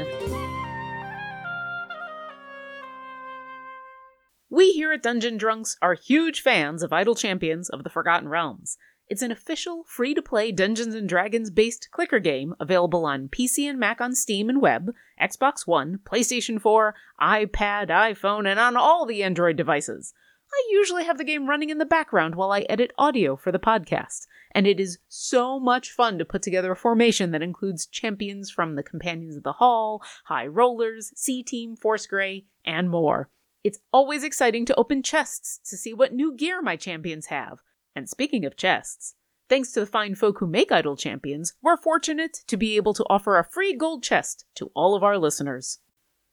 Speaker 5: We here at Dungeon Drunks are huge fans of Idle Champions of the Forgotten Realms. It's an official free to play Dungeons and Dragons based clicker game available on PC and Mac on Steam and web, Xbox One, PlayStation 4, iPad, iPhone, and on all the Android devices. I usually have the game running in the background while I edit audio for the podcast, and it is so much fun to put together a formation that includes champions from the Companions of the Hall, High Rollers, C Team, Force Grey, and more. It's always exciting to open chests to see what new gear my champions have. And speaking of chests, Thanks to the fine folk who make Idol Champions, we're fortunate to be able to offer a free gold chest to all of our listeners.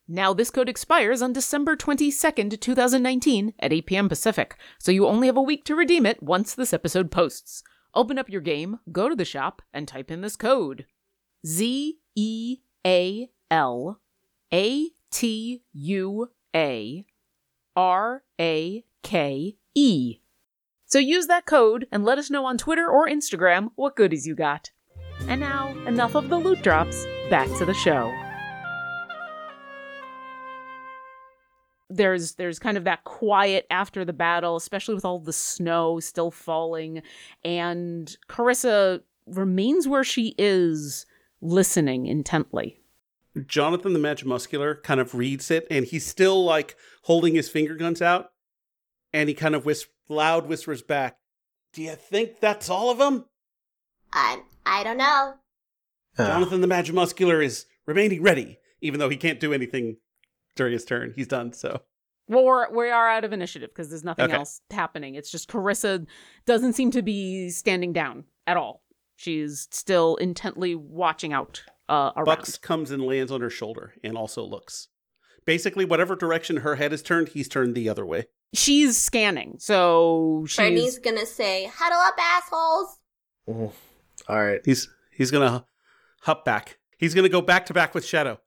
Speaker 5: Now, this code expires on December 22nd, 2019, at 8 p.m. Pacific, so you only have a week to redeem it once this episode posts. Open up your game, go to the shop, and type in this code Z E A L A T U A R A K E. So use that code and let us know on Twitter or Instagram what goodies you got. And now, enough of the loot drops, back to the show. There's there's kind of that quiet after the battle, especially with all the snow still falling, and Carissa remains where she is, listening intently.
Speaker 1: Jonathan the Match Muscular kind of reads it, and he's still like holding his finger guns out, and he kind of whis- loud whispers back, "Do you think that's all of them?"
Speaker 7: I I don't know.
Speaker 1: Jonathan the Match Muscular is remaining ready, even though he can't do anything during his turn. He's done so.
Speaker 5: Well, we're, we are out of initiative because there's nothing
Speaker 1: Okay.
Speaker 5: else happening. It's just Carissa doesn't seem to be standing down at all. She's still intently watching out uh, around.
Speaker 1: Bucks comes and lands on her shoulder, and also looks. Basically, whatever direction her head is turned, he's turned the other way.
Speaker 5: She's scanning, so she's
Speaker 4: Bernie's gonna say, "Huddle up, assholes."
Speaker 2: All right.
Speaker 1: He's he's gonna hop back. He's gonna go back to back with Shadow.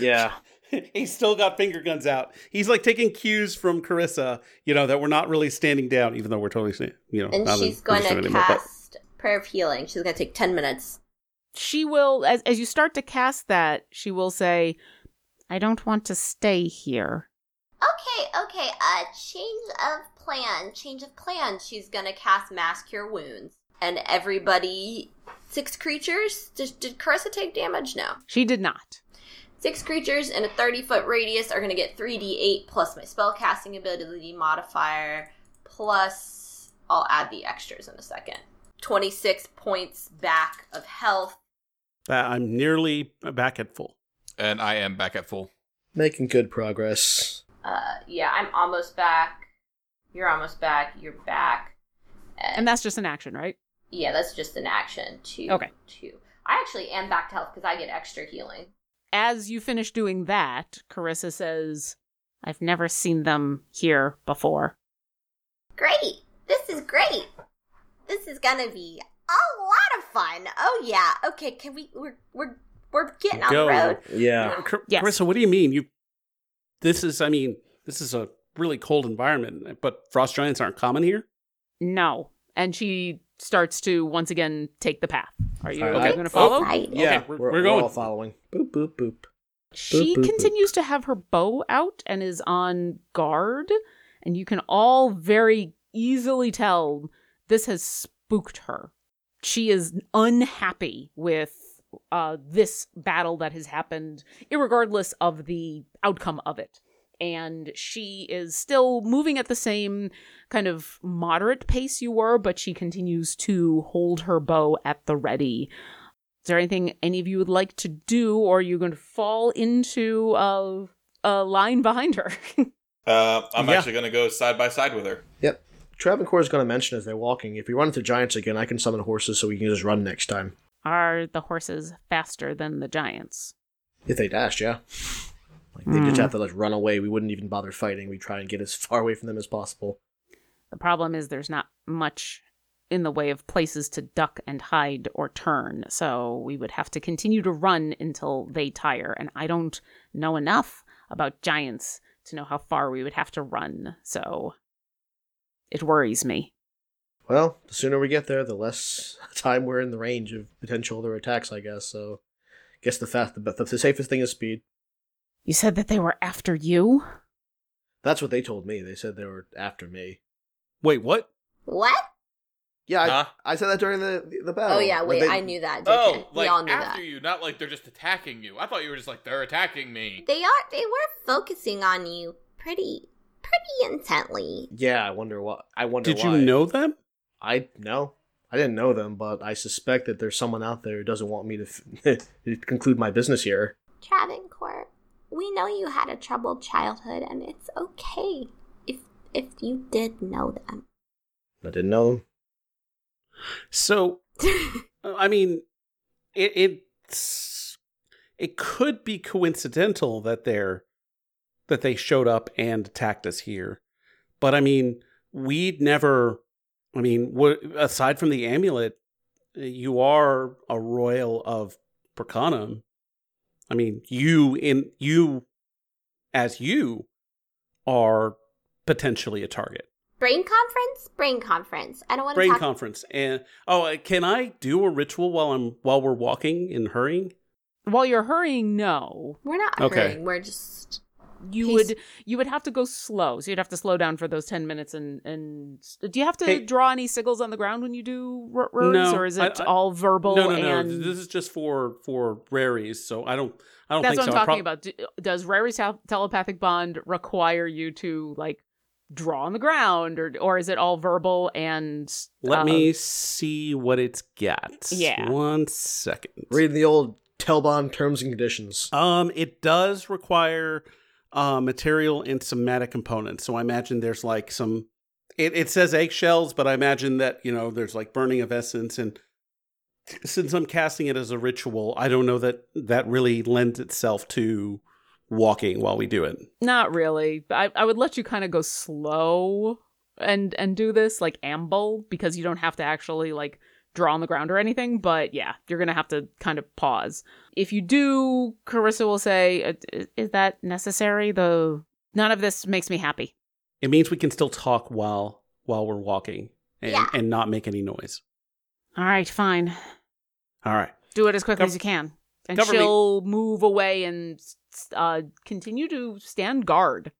Speaker 2: Yeah.
Speaker 1: he's still got finger guns out. He's like taking cues from Carissa, you know, that we're not really standing down, even though we're totally, sta- you know,
Speaker 4: And
Speaker 1: not in
Speaker 4: she's gonna
Speaker 1: position anymore, but-
Speaker 4: cast prayer of healing. She's gonna take ten minutes.
Speaker 5: she will as as you start to cast that, she will say, "I don't want to stay here."
Speaker 7: Okay, okay. Uh,
Speaker 4: Change of plan. Change of plan. She's gonna cast mass cure wounds, and everybody, six creatures. Did, did Carissa take damage? No.
Speaker 5: She did not.
Speaker 4: Six creatures in a 30 foot radius are going to get 3d8 plus my spellcasting ability modifier, plus I'll add the extras in a second. 26 points back of health.
Speaker 1: but I'm nearly back at full.
Speaker 3: And I am back at full.
Speaker 2: Making good progress.
Speaker 4: Uh, yeah, I'm almost back. You're almost back. You're back.
Speaker 5: And that's just an action, right?
Speaker 4: Yeah, that's just an action. Two.
Speaker 5: Okay.
Speaker 4: Two. I actually am back to health because I get extra healing.
Speaker 5: As you finish doing that, Carissa says, "I've never seen them here before."
Speaker 7: great. This is great. This is gonna be a lot of fun. Oh yeah. Okay. Can we? We're we're we're getting on
Speaker 1: Go.
Speaker 7: the road.
Speaker 2: Yeah.
Speaker 1: Car-
Speaker 5: Yes.
Speaker 1: Carissa, what do you mean? You, this is, I mean, this is a really cold environment, but frost giants aren't common here.
Speaker 5: No. And she starts to once again take the path. Are you
Speaker 2: All right,
Speaker 5: okay,
Speaker 2: I-
Speaker 5: going to
Speaker 4: Oh,
Speaker 5: follow?
Speaker 7: Right.
Speaker 2: Yeah.
Speaker 1: we're- we're going.
Speaker 2: all following. Boop, boop, boop.
Speaker 5: She
Speaker 2: Boop, boop, boop.
Speaker 5: continues to have her bow out and is on guard. And you can all very easily tell this has spooked her. She is unhappy with uh, this battle that has happened, irregardless of the outcome of it. And she is still moving at the same kind of moderate pace you were, but she continues to hold her bow at the ready. Is there anything any of you would like to do, or are you going to fall into uh, a line behind her?
Speaker 3: Uh, I'm
Speaker 1: Yeah.
Speaker 3: actually going to go side by side with her.
Speaker 2: Yep. Travancore is going to mention as they're walking if we run into giants again, I can summon horses so we can just run next time.
Speaker 5: are the horses faster than the giants?
Speaker 2: If they dashed, yeah. Like, they
Speaker 1: Hmm.
Speaker 2: just have to like run away. We wouldn't even bother fighting. We try and get as far away from them as possible.
Speaker 5: The problem is there's not much in the way of places to duck and hide or turn, so we would have to continue to run until they tire. And I don't know enough about giants to know how far we would have to run, so it worries me.
Speaker 2: Well, the sooner we get there, the less time we're in the range of potential other attacks, I guess. So, guess the fast, the, the safest thing is speed.
Speaker 5: You said that they were after you?
Speaker 2: That's what they told me. They said they were after me.
Speaker 1: Wait, what?
Speaker 4: What?
Speaker 2: Yeah, I,
Speaker 3: Huh?
Speaker 2: I said that during the the battle.
Speaker 4: Oh, yeah,
Speaker 2: when
Speaker 4: wait,
Speaker 2: they-
Speaker 4: I knew that. didn't
Speaker 3: Oh,
Speaker 4: I? we
Speaker 3: like
Speaker 4: all knew
Speaker 3: after
Speaker 4: that.
Speaker 3: you, not like they're just attacking you. I thought you were just like they're attacking me.
Speaker 7: They are. They were focusing on you pretty pretty intently.
Speaker 2: Yeah, I wonder what. I wonder.
Speaker 1: Did you
Speaker 2: why.
Speaker 1: know them?
Speaker 2: I no, I didn't know them, but I suspect that there's someone out there who doesn't want me to, f- to conclude my business here.
Speaker 7: Travancore, we know you had a troubled childhood, and it's okay if if you did know them.
Speaker 2: I didn't know them.
Speaker 1: So, I mean, it it's, it could be coincidental that they're that they showed up and attacked us here, but I mean, we'd never. I mean, what aside from the amulet, you are a royal of Percanum. I mean, you in you as you are potentially a target.
Speaker 7: Brain conference? Brain conference. I don't want to
Speaker 1: Brain
Speaker 7: talk.
Speaker 1: conference and oh, uh, can I do a ritual while I'm while we're walking and hurrying?
Speaker 5: While you're hurrying, no.
Speaker 7: We're not
Speaker 1: Okay.
Speaker 7: hurrying. We're just.
Speaker 5: You
Speaker 7: Pace-
Speaker 5: would you would have to go slow. So you'd have to slow down for those 10 minutes and and do you have to
Speaker 1: Hey-
Speaker 5: draw any sigils on the ground when you do r- rurs,
Speaker 1: No,
Speaker 5: or is
Speaker 1: I-
Speaker 5: it
Speaker 1: I-
Speaker 5: all verbal
Speaker 1: no, no,
Speaker 5: and
Speaker 1: no. This is just for for raries, so I don't I don't
Speaker 5: That's
Speaker 1: think
Speaker 5: what I'm
Speaker 1: so. I
Speaker 5: talking
Speaker 1: prob-
Speaker 5: about. Do, does Rary's tel- telepathic bond require you to like draw on the ground or or is it all verbal and
Speaker 1: Let
Speaker 5: uh,
Speaker 1: me see what it's got.
Speaker 5: Yeah.
Speaker 1: One second.
Speaker 2: Reading the old Telbon terms and conditions.
Speaker 1: Um, it does require uh, material and somatic components. So I imagine there's like some. It, it says eggshells, but I imagine that you know there's like burning of essence, and since I'm casting it as a ritual, I don't know that that really lends itself to walking while we do it.
Speaker 5: Not really. I, I would let you kind of go slow and and do this like amble because you don't have to actually like draw on the ground or anything. But yeah, you're gonna have to kind of pause. If you do, Carissa will say, "I- i- "Is that necessary?" Though none of this makes me happy.
Speaker 1: It means we can still talk while while we're walking and,
Speaker 7: Yeah.
Speaker 1: and not make any noise.
Speaker 5: All right, fine.
Speaker 1: All right.
Speaker 5: Do it as quickly
Speaker 1: Gov-
Speaker 5: as you can, and
Speaker 1: Cover me.
Speaker 5: she'll move away and uh, continue to stand guard.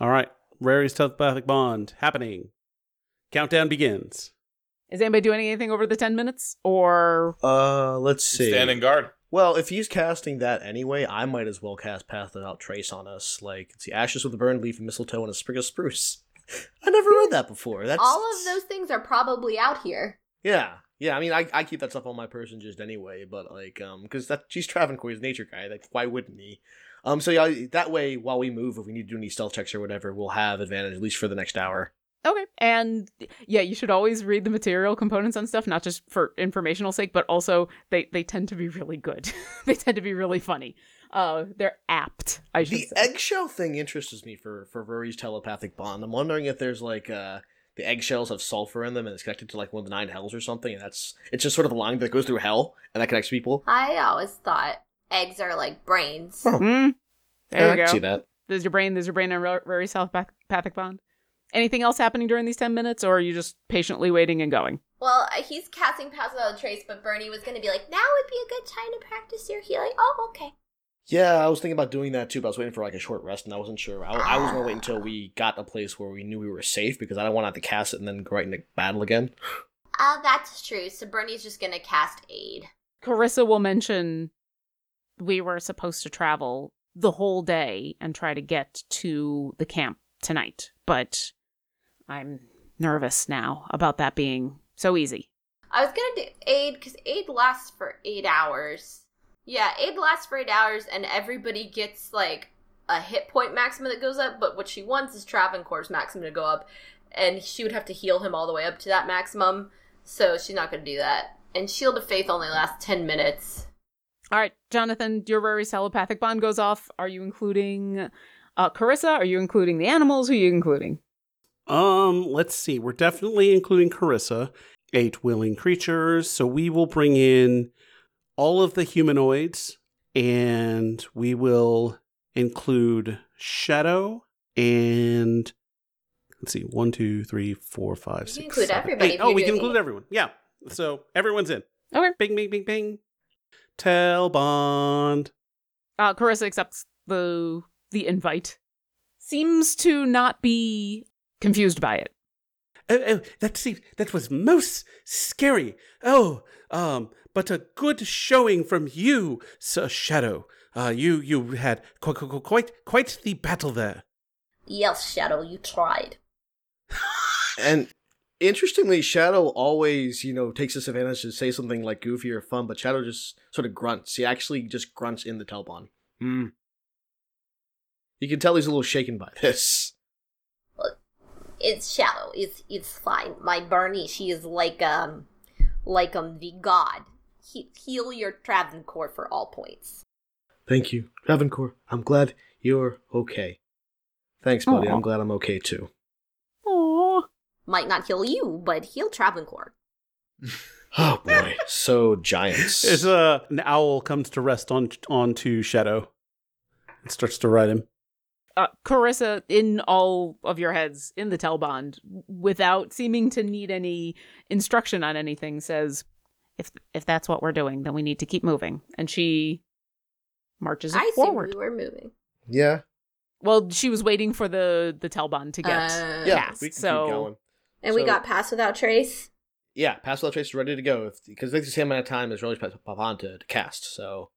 Speaker 1: All right. Rary's telepathic bond happening. Countdown begins.
Speaker 5: Is anybody doing anything over the ten minutes, or
Speaker 2: Uh, let's see.
Speaker 3: Standing guard.
Speaker 2: Well, if he's casting that anyway, I might as well cast Path Without Trace on us. Like, it's the ashes with a burned leaf and mistletoe and a sprig of spruce. I never read that before. That's
Speaker 7: All of those things are probably out here.
Speaker 2: Yeah, yeah. I mean, I, I keep that stuff on my person just anyway, but like, um, because that she's Travancore, he's a nature guy. Like, why wouldn't he? Um, so yeah, that way, while we move, if we need to do any stealth checks or whatever, we'll have advantage at least for the next hour.
Speaker 5: Okay. And yeah, you should always read the material components on stuff, not just for informational sake, but also they, they tend to be really good. they tend to be really funny. Uh, they're apt, I should
Speaker 2: The
Speaker 5: say.
Speaker 2: eggshell thing interests me for for Rory's telepathic bond. I'm wondering if there's like uh the eggshells have sulfur in them and it's connected to like one of the nine hells or something, and that's it's just sort of a line that goes through hell and that connects people.
Speaker 7: I always thought eggs are like brains.
Speaker 5: Mm.
Speaker 2: Yeah,
Speaker 5: There
Speaker 2: I
Speaker 5: you
Speaker 2: can see
Speaker 5: go.
Speaker 2: that.
Speaker 5: There's your brain. There's your brain and Ro- Rory's telepathic bond. Anything else happening during these 10 minutes, or are you just patiently waiting and going?
Speaker 7: Well, uh, he's casting Pass Without Trace, but Bernie was going to be like, now would be a good time to practice your healing. Oh, okay.
Speaker 2: Yeah, I was thinking about doing that too, but I was waiting for like a short rest, and I wasn't sure. I, I was gonna wait until we got a place where we knew we were safe because I don't want to have to cast it and then go right into battle again.
Speaker 7: Uh, that's true. So Bernie's just going to cast aid.
Speaker 5: Carissa will mention we were supposed to travel the whole day and try to get to the camp tonight, but I'm nervous now about that being so easy.
Speaker 7: I was going to do aid because aid lasts for eight hours. Yeah, aid lasts for eight hours, and everybody gets like a hit point maximum that goes up, but what she wants is Travancore's maximum to go up, and she would have to heal him all the way up to that maximum, so she's not going to do that. And Shield of Faith only lasts 10 minutes.
Speaker 5: All right, Jonathan, your Rory's telepathic bond goes off. Are you including uh, Carissa? Are you including the animals? Who are you including?
Speaker 1: Um, let's see. We're definitely including Carissa, eight willing creatures. So we will bring in all of the humanoids and we will include Shadow and let's see, one, two, three, four, five,
Speaker 7: can
Speaker 1: six.
Speaker 7: include
Speaker 1: seven,
Speaker 7: everybody
Speaker 1: eight.
Speaker 7: if
Speaker 1: Oh,
Speaker 7: you're
Speaker 1: we can
Speaker 7: doing
Speaker 1: include
Speaker 7: eight.
Speaker 1: everyone. Yeah. So everyone's in.
Speaker 5: Okay.
Speaker 1: Bing, bing, bing, bing. Tell Bond.
Speaker 5: Uh, Carissa accepts the the invite. Seems to not be confused by it.
Speaker 1: Oh, oh that see, that was most scary. Oh, um, but a good showing from you, Sir Shadow. Uh, you you had quite quite quite the battle there.
Speaker 7: Yes, Shadow, you tried.
Speaker 2: And interestingly, Shadow always, you know, takes this advantage to say something like goofy or fun, but Shadow just sort of grunts. He actually just grunts in the Telbon.
Speaker 1: Hmm.
Speaker 2: You can tell he's a little shaken by this.
Speaker 7: It's Shadow. It's it's fine. My Bernie, she is like um
Speaker 4: like um the god. He- heal your Travancore for all points.
Speaker 2: Thank you, Travancore. I'm glad you're okay. Thanks, buddy.
Speaker 5: Aw.
Speaker 2: I'm glad I'm okay too.
Speaker 5: Aww.
Speaker 4: Might not heal you, but heal Travancore.
Speaker 2: Oh boy. so giants.
Speaker 1: There's a uh, an owl comes to rest on onto Shadow and starts to ride him.
Speaker 5: uh, Carissa in all of your heads in the Telbond without seeming to need any instruction on anything says if if that's what we're doing then we need to keep moving and she marches it
Speaker 4: I assumed
Speaker 5: forward.
Speaker 4: we were moving.
Speaker 2: yeah.
Speaker 5: Well, she was waiting for the the Telbond to get
Speaker 4: Uh,
Speaker 2: Yeah.
Speaker 5: passed.
Speaker 2: we can
Speaker 5: so
Speaker 2: keep going.
Speaker 4: And we
Speaker 2: So-
Speaker 4: got past without trace.
Speaker 2: Yeah, pass without trace is ready to go because takes the same amount of time as Rolly Papanta to cast. So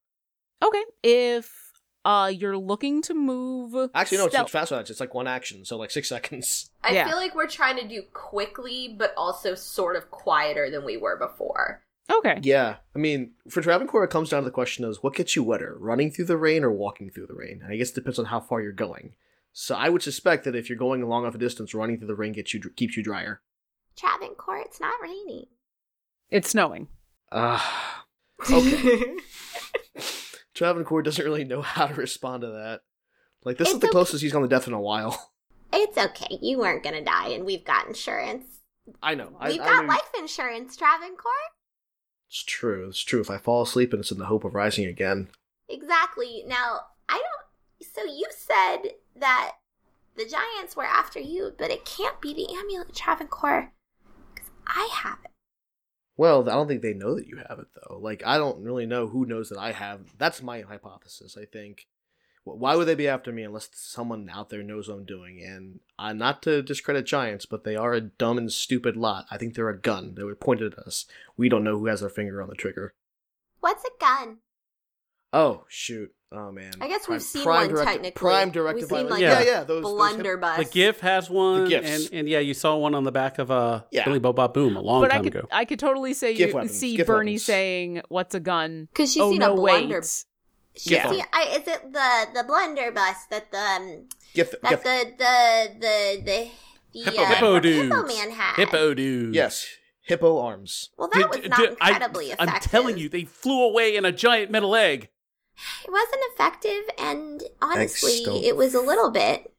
Speaker 5: okay, if uh you're looking to move
Speaker 2: actually, no, it's,
Speaker 5: stealth-
Speaker 2: it's fast without. It's like one action, so like six seconds.
Speaker 7: I
Speaker 5: Yeah.
Speaker 7: feel like we're trying to do quickly, but also sort of quieter than we were before.
Speaker 5: okay.
Speaker 2: Yeah, I mean, for Travancore, it comes down to the question is what gets you wetter, running through the rain or walking through the rain? And I guess it depends on how far you're going. So I would suspect that if you're going long enough a distance, running through the rain gets you keeps you drier.
Speaker 4: Travancore, it's not raining.
Speaker 5: It's snowing.
Speaker 2: Ah, Travancore doesn't really know how to respond to that. Like this is
Speaker 4: It's
Speaker 2: the
Speaker 4: okay.
Speaker 2: closest he's gone to death in a while.
Speaker 4: It's okay. You weren't gonna die, and we've got insurance.
Speaker 2: I know. I,
Speaker 4: we've
Speaker 2: I
Speaker 4: got
Speaker 2: knew-
Speaker 4: life insurance, Travancore.
Speaker 2: It's true. It's true. If I fall asleep and it's in the hope of rising again.
Speaker 4: Exactly. Now, I don't. So you said that the giants were after you, but it can't be the amulet, Travancore, because I have it.
Speaker 2: Well, I don't think they know that you have it though. Like I don't really know who knows that I have. That's my hypothesis. I think. Wh- Why would they be after me unless someone out there knows what I'm doing? And uh, not to discredit giants, but they are a dumb and stupid lot. I think they're a gun. They were pointed at us. We don't know who has their finger on the trigger.
Speaker 4: What's a gun?
Speaker 2: Oh shoot! Oh man.
Speaker 4: I guess
Speaker 2: Prime-
Speaker 4: we've seen
Speaker 2: prime
Speaker 4: one
Speaker 2: directed-
Speaker 4: technically.
Speaker 2: Prime directed
Speaker 4: We've
Speaker 2: by
Speaker 4: seen
Speaker 2: the-
Speaker 4: like
Speaker 1: Yeah.
Speaker 4: a
Speaker 2: yeah, yeah. Those those hip-
Speaker 4: blunderbuss.
Speaker 1: The GIF has one,
Speaker 2: gifs.
Speaker 1: and and yeah, you saw one on the back of uh,
Speaker 2: Yeah.
Speaker 1: Billy Bob Bob Boom a long
Speaker 5: but
Speaker 1: time
Speaker 5: I could
Speaker 1: ago.
Speaker 5: I could totally say
Speaker 2: Gift
Speaker 5: you
Speaker 2: weapons,
Speaker 5: see
Speaker 2: gift
Speaker 5: Bernie
Speaker 2: weapons.
Speaker 5: saying what's a gun?
Speaker 4: Because she's
Speaker 5: oh
Speaker 4: seen
Speaker 5: no
Speaker 4: a blunder.
Speaker 5: wait.
Speaker 4: She's
Speaker 2: Yeah.
Speaker 4: seen, I, is it the the blunderbuss that the um,
Speaker 2: Get the,
Speaker 4: that
Speaker 2: get the-
Speaker 4: the the the the, the
Speaker 3: Hippo
Speaker 4: uh,
Speaker 3: man.
Speaker 1: Hippo dudes.
Speaker 4: hippo man had?
Speaker 1: Hippo dudes.
Speaker 2: yes, hippo arms.
Speaker 4: Well, that
Speaker 1: Did-
Speaker 4: was not
Speaker 1: did- I-
Speaker 4: incredibly effective.
Speaker 1: I'm telling you, they flew away in a giant metal egg.
Speaker 4: It wasn't effective, and honestly,
Speaker 2: don't-
Speaker 4: it was a little bit.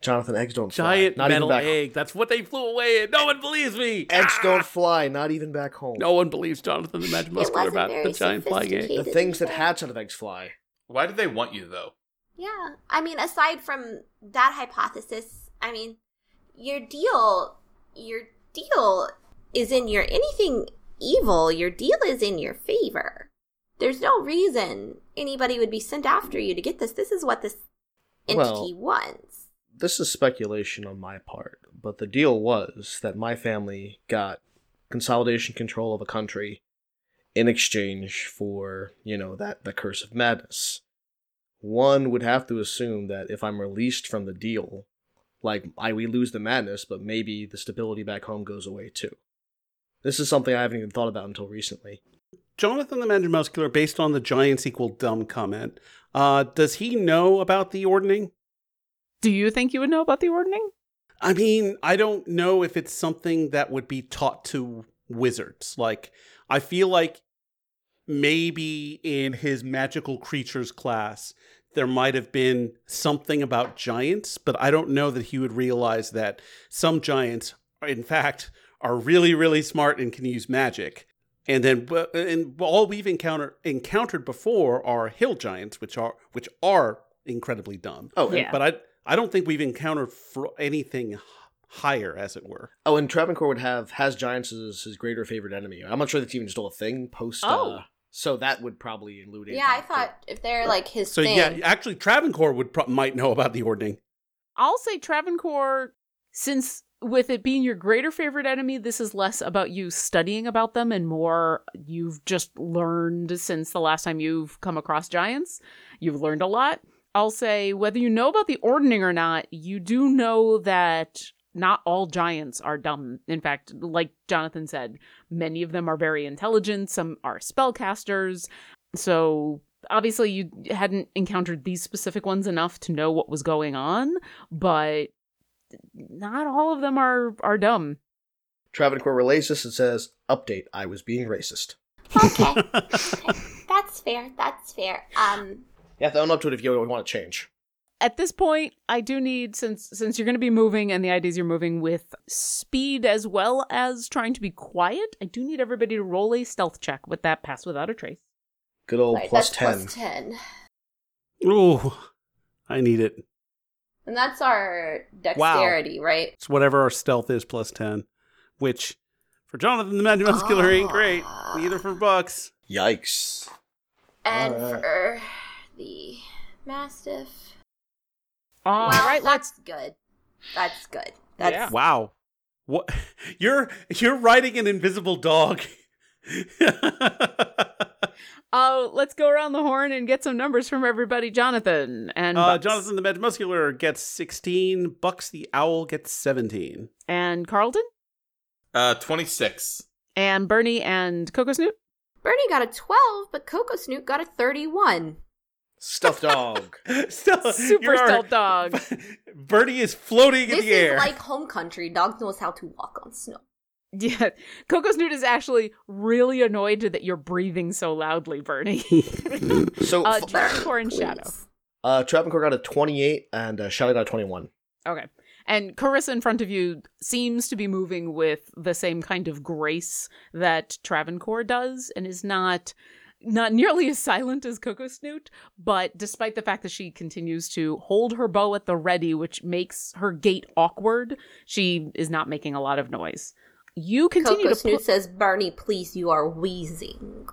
Speaker 2: Jonathan, eggs don't fly.
Speaker 1: Giant
Speaker 2: Not
Speaker 1: metal
Speaker 2: even back
Speaker 1: egg. That's what they flew away in. No one believes me.
Speaker 2: Eggs
Speaker 1: Ah!
Speaker 2: don't fly, not even back home.
Speaker 1: No one believes Jonathan the Magic Muscular
Speaker 4: wasn't
Speaker 1: about the
Speaker 4: very
Speaker 1: giant flying egg.
Speaker 4: sophisticated.
Speaker 2: The things that hatch out of eggs fly.
Speaker 3: Why did they want you though?
Speaker 4: Yeah. I mean, aside from that hypothesis, I mean, your deal, your deal is in your anything evil, your deal is in your favor. There's no reason anybody would be sent after you to get this. This is what this
Speaker 2: Well-
Speaker 4: entity wants.
Speaker 2: This is speculation on my part, but the deal was that my family got consolidation control of a country in exchange for, you know, that the curse of madness. One would have to assume that if I'm released from the deal, like I we lose the madness, but maybe the stability back home goes away too. This is something I haven't even thought about until recently.
Speaker 1: Jonathan the Magic Muscular, based on the giants equal dumb comment, uh, does he know about the ordning?
Speaker 5: Do you think you would know about the ordning?
Speaker 1: I mean, I don't know if it's something that would be taught to wizards. Like, I feel like maybe in his magical creatures class, there might have been something about giants, but I don't know that he would realize that some giants, are, in fact, are really, really smart and can use magic. And then, but- and all we've encountered encountered before are hill giants, which are which are incredibly dumb.
Speaker 2: Oh, and
Speaker 5: Yeah.
Speaker 1: But I I don't think we've encountered fr- anything h- higher, as it were.
Speaker 2: Oh, and Travancore would have has giants as his greater favorite enemy. I'm not sure that's even still a thing post.
Speaker 5: Oh.
Speaker 2: Uh, so that would probably include.
Speaker 7: Yeah, I
Speaker 2: Aethon,
Speaker 7: thought if they're like his
Speaker 1: So
Speaker 7: thing.
Speaker 1: yeah, actually, Travancore would pro- might know about the ordning.
Speaker 5: I'll say Travancore, since with it being your greater favorite enemy, this is less about you studying about them and more you've just learned since the last time you've come across giants. You've learned a lot. I'll say whether you know about the ordning or not, you do know that not all giants are dumb. In fact, like Jonathan said, many of them are very intelligent, some are spellcasters. So obviously you hadn't encountered these specific ones enough to know what was going on, but not all of them are are dumb.
Speaker 2: Travancore relays this and says, "Update: I was being racist."
Speaker 7: Okay. that's fair. That's fair. Um,
Speaker 2: You have to own up to it if you want to change.
Speaker 5: At this point, I do need since since you're going to be moving and the ideas you're moving with speed as well as trying to be quiet, I do need everybody to roll a stealth check with that pass without a trace.
Speaker 2: Good old
Speaker 7: right,
Speaker 2: Oh, plus
Speaker 7: that's
Speaker 2: ten.
Speaker 7: plus 10.
Speaker 1: Ooh, I need it.
Speaker 7: And that's our dexterity, right?
Speaker 1: It's whatever our stealth is plus 10, which for Jonathan the Magic Muscular ain't great. Neither for Bucks.
Speaker 2: Yikes!
Speaker 7: And
Speaker 2: Alright.
Speaker 7: for the Mastiff.
Speaker 5: All
Speaker 7: well,
Speaker 5: right, let's
Speaker 7: that's good. That's good. That's
Speaker 5: Yeah.
Speaker 1: Wow. What you're you're riding an invisible dog.
Speaker 5: uh, let's go around the horn and get some numbers from everybody. Jonathan and
Speaker 1: Uh,
Speaker 5: Bucks.
Speaker 1: Jonathan the Magic Muscular gets 16. Bucks the Owl gets 17.
Speaker 5: and Carlton
Speaker 3: Uh, 26.
Speaker 5: and Bernie and Coco Snoot.
Speaker 4: Bernie got a 12, but Coco Snoot got a 31.
Speaker 2: Stuffed dog.
Speaker 1: Still,
Speaker 5: Super
Speaker 1: you are-
Speaker 5: stealth dog.
Speaker 1: Birdie is floating in
Speaker 4: This
Speaker 1: the
Speaker 4: is
Speaker 1: air.
Speaker 4: like home country. Dog knows how to walk on snow.
Speaker 5: Yeah, Coco Snoot is actually really annoyed that you're breathing so loudly, Bernie.
Speaker 2: So,
Speaker 5: uh,
Speaker 2: f-
Speaker 5: Dragoncore and Shadow.
Speaker 4: Please.
Speaker 2: uh, Travancore got a twenty-eight, and uh, Shadow got a twenty-one.
Speaker 5: Okay. And Carissa in front of you seems to be moving with the same kind of grace that Travancore does and is not not nearly as silent as Coco Snoot, but despite the fact that she continues to hold her bow at the ready, which makes her gait awkward, she is not making a lot of noise. You continue
Speaker 4: Coco
Speaker 5: to pl-
Speaker 4: Snoot says, Bernie, please, you are wheezing.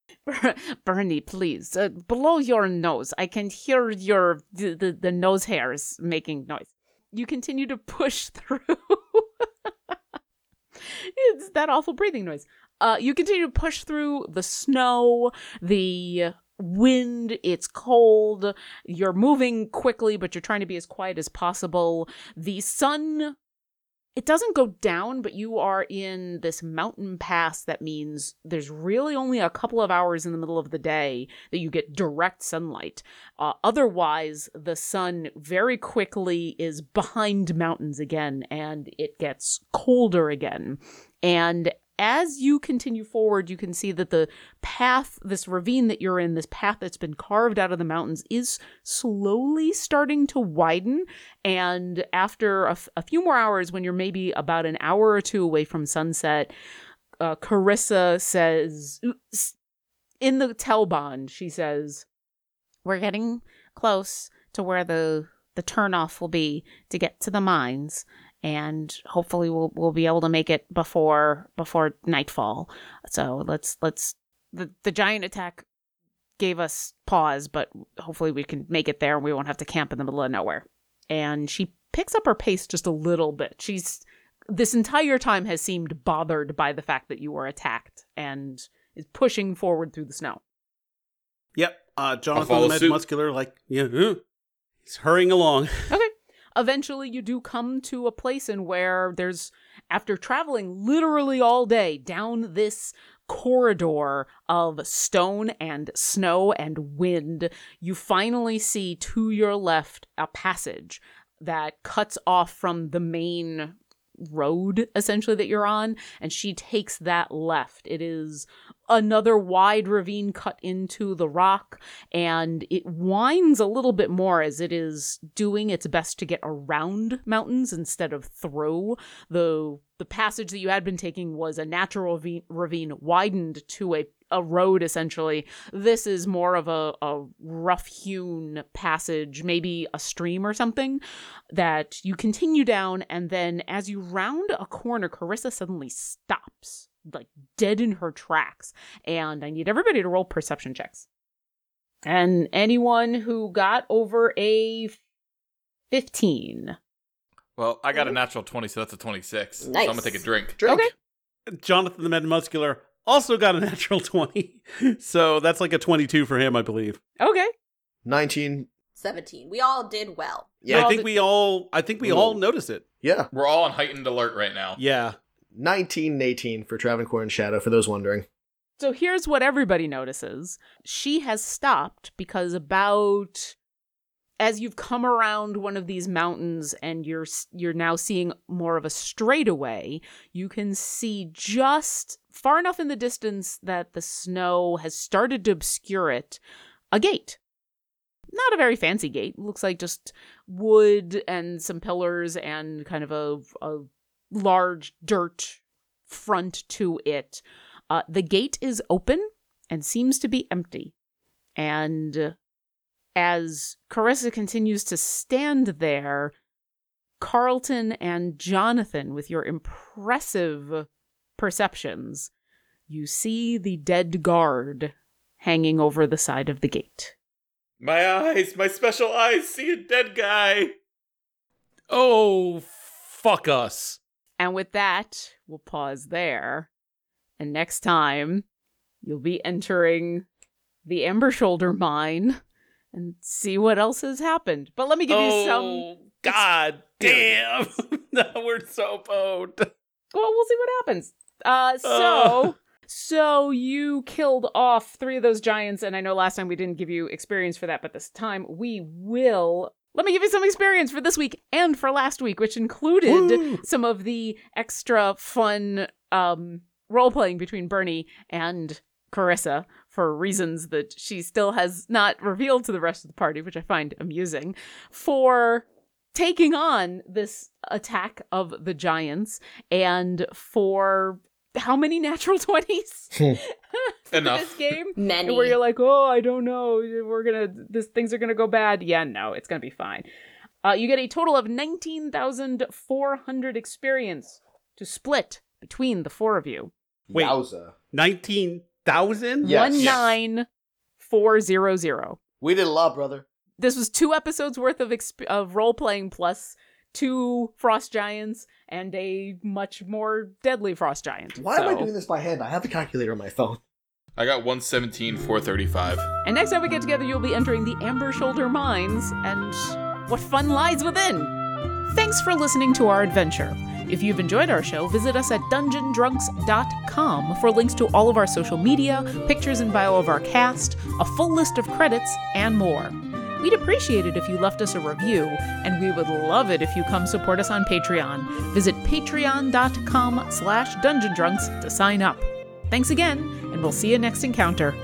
Speaker 5: Bernie, please, uh, blow your nose. I can hear your the, the, the nose hairs making noise. You continue to push through. it's that awful breathing noise. Uh, you continue to push through the snow, the wind. It's cold. You're moving quickly, but you're trying to be as quiet as possible. The sun it doesn't go down, but you are in this mountain pass that means there's really only a couple of hours in the middle of the day that you get direct sunlight. Uh, otherwise, the sun very quickly is behind mountains again and it gets colder again. And as you continue forward, you can see that the path, this ravine that you're in, this path that's been carved out of the mountains, is slowly starting to widen. And after a, f- a few more hours, when you're maybe about an hour or two away from sunset, uh, Carissa says, in the Telbond, she says, We're getting close to where the, the turnoff will be to get to the mines. And hopefully we'll we'll be able to make it before before nightfall. So let's let's the, the giant attack gave us pause, but hopefully we can make it there and we won't have to camp in the middle of nowhere and she picks up her pace just a little bit. She's this entire time has seemed bothered by the fact that you were attacked and is pushing forward through the snow.
Speaker 1: Yep. Uh, Jonathan
Speaker 3: follow
Speaker 1: the Magic
Speaker 3: suit.
Speaker 1: Muscular, like, yeah, uh, huh? he's hurrying along.
Speaker 5: Okay. Eventually, you do come to a place in where there's, after traveling literally all day down this corridor of stone and snow and wind, you finally see to your left a passage that cuts off from the main road essentially that you're on and she takes that left it is another wide ravine cut into the rock and it winds a little bit more as it is doing its best to get around mountains instead of through. The the passage that you had been taking was a natural ravine, ravine widened to a a road essentially. This is more of a, a rough hewn passage, maybe a stream or something that you continue down. And then as you round a corner, Carissa suddenly stops, like dead in her tracks. And I need everybody to roll perception checks. And anyone who got over a 15.
Speaker 3: Well, I got a natural 20, so that's a 26.
Speaker 4: Mm-hmm. Nice.
Speaker 3: So I'm going to take a drink.
Speaker 2: Drink.
Speaker 5: Okay.
Speaker 1: Jonathan the Magic Muscular also got a natural 20. So that's like a 22 for him, I believe.
Speaker 5: Okay.
Speaker 2: Nineteen.
Speaker 4: 17. We all did well.
Speaker 2: Yeah.
Speaker 1: I think we all I think we all noticed it.
Speaker 2: Yeah.
Speaker 3: We're all on heightened alert right now.
Speaker 1: Yeah.
Speaker 2: Nineteen and eighteen for Travancore and Shadow. For those wondering.
Speaker 5: So here's what everybody notices. She has stopped because about as you've come around one of these mountains and you're s- you're now seeing more of a straightaway, you can see just far enough in the distance that the snow has started to obscure it, a gate. Not a very fancy gate. Looks like just wood and some pillars and kind of a, a large dirt front to it. Uh, the gate is open and seems to be empty. And uh, as Carissa continues to stand there, Carlton and Jonathan, with your impressive perceptions, you see the dead guard hanging over the side of the gate.
Speaker 3: My eyes, my special eyes, see a dead guy.
Speaker 1: Oh, fuck us.
Speaker 5: And with that, we'll pause there. And next time, you'll be entering the Amber Shoulder Mine and see what else has happened. But let me give you some.
Speaker 1: oh, God damn. no, we're so boned.
Speaker 5: Well, we'll see what happens. Uh, so. So you killed off three of those giants, and I know last time we didn't give you experience for that, but this time we will. Let me give you some experience for this week and for last week, which included
Speaker 1: Woo!
Speaker 5: some of the extra fun um, role playing between Bernie and Carissa for reasons that she still has not revealed to the rest of the party, which I find amusing, for taking on this attack of the giants and for how many natural 20s
Speaker 3: Enough.
Speaker 5: this game
Speaker 4: Many.
Speaker 5: where you're like, oh, I don't know, we're gonna, this things are gonna go bad. Yeah, no, it's gonna be fine. Uh, you get a total of nineteen thousand four hundred experience to split between the four of you.
Speaker 1: Wait.
Speaker 2: Yowza.
Speaker 1: 19,000?
Speaker 2: Yes.
Speaker 5: One nine four zero zero.
Speaker 2: We did a lot, brother.
Speaker 5: This was two episodes worth of exp- of role playing plus two frost giants and a much more deadly frost giant.
Speaker 2: Why am I
Speaker 5: So-
Speaker 2: doing this by hand? I have the calculator on my phone.
Speaker 3: I got 117, 435.
Speaker 5: And next time we get together, you'll be entering the Amber Shoulder Mines and what fun lies within. Thanks for listening to our adventure. If you've enjoyed our show, visit us at dungeondrunks.com for links to all of our social media, pictures and bio of our cast, a full list of credits, and more. We'd appreciate it if you left us a review, and we would love it if you come support us on Patreon. Visit patreon.com slash dungeondrunks to sign up. Thanks again, and we'll see you next encounter.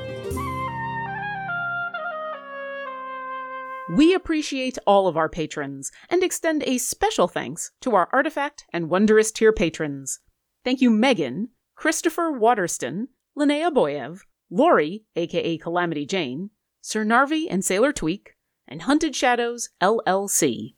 Speaker 5: We appreciate all of our patrons and extend a special thanks to our Artifact and Wondrous Tier patrons. Thank you, Megan, Christopher Waterston, Linnea Boyev, Lori, aka Calamity Jane, Sir Narvi and Sailor Tweak, and Hunted Shadows, LLC.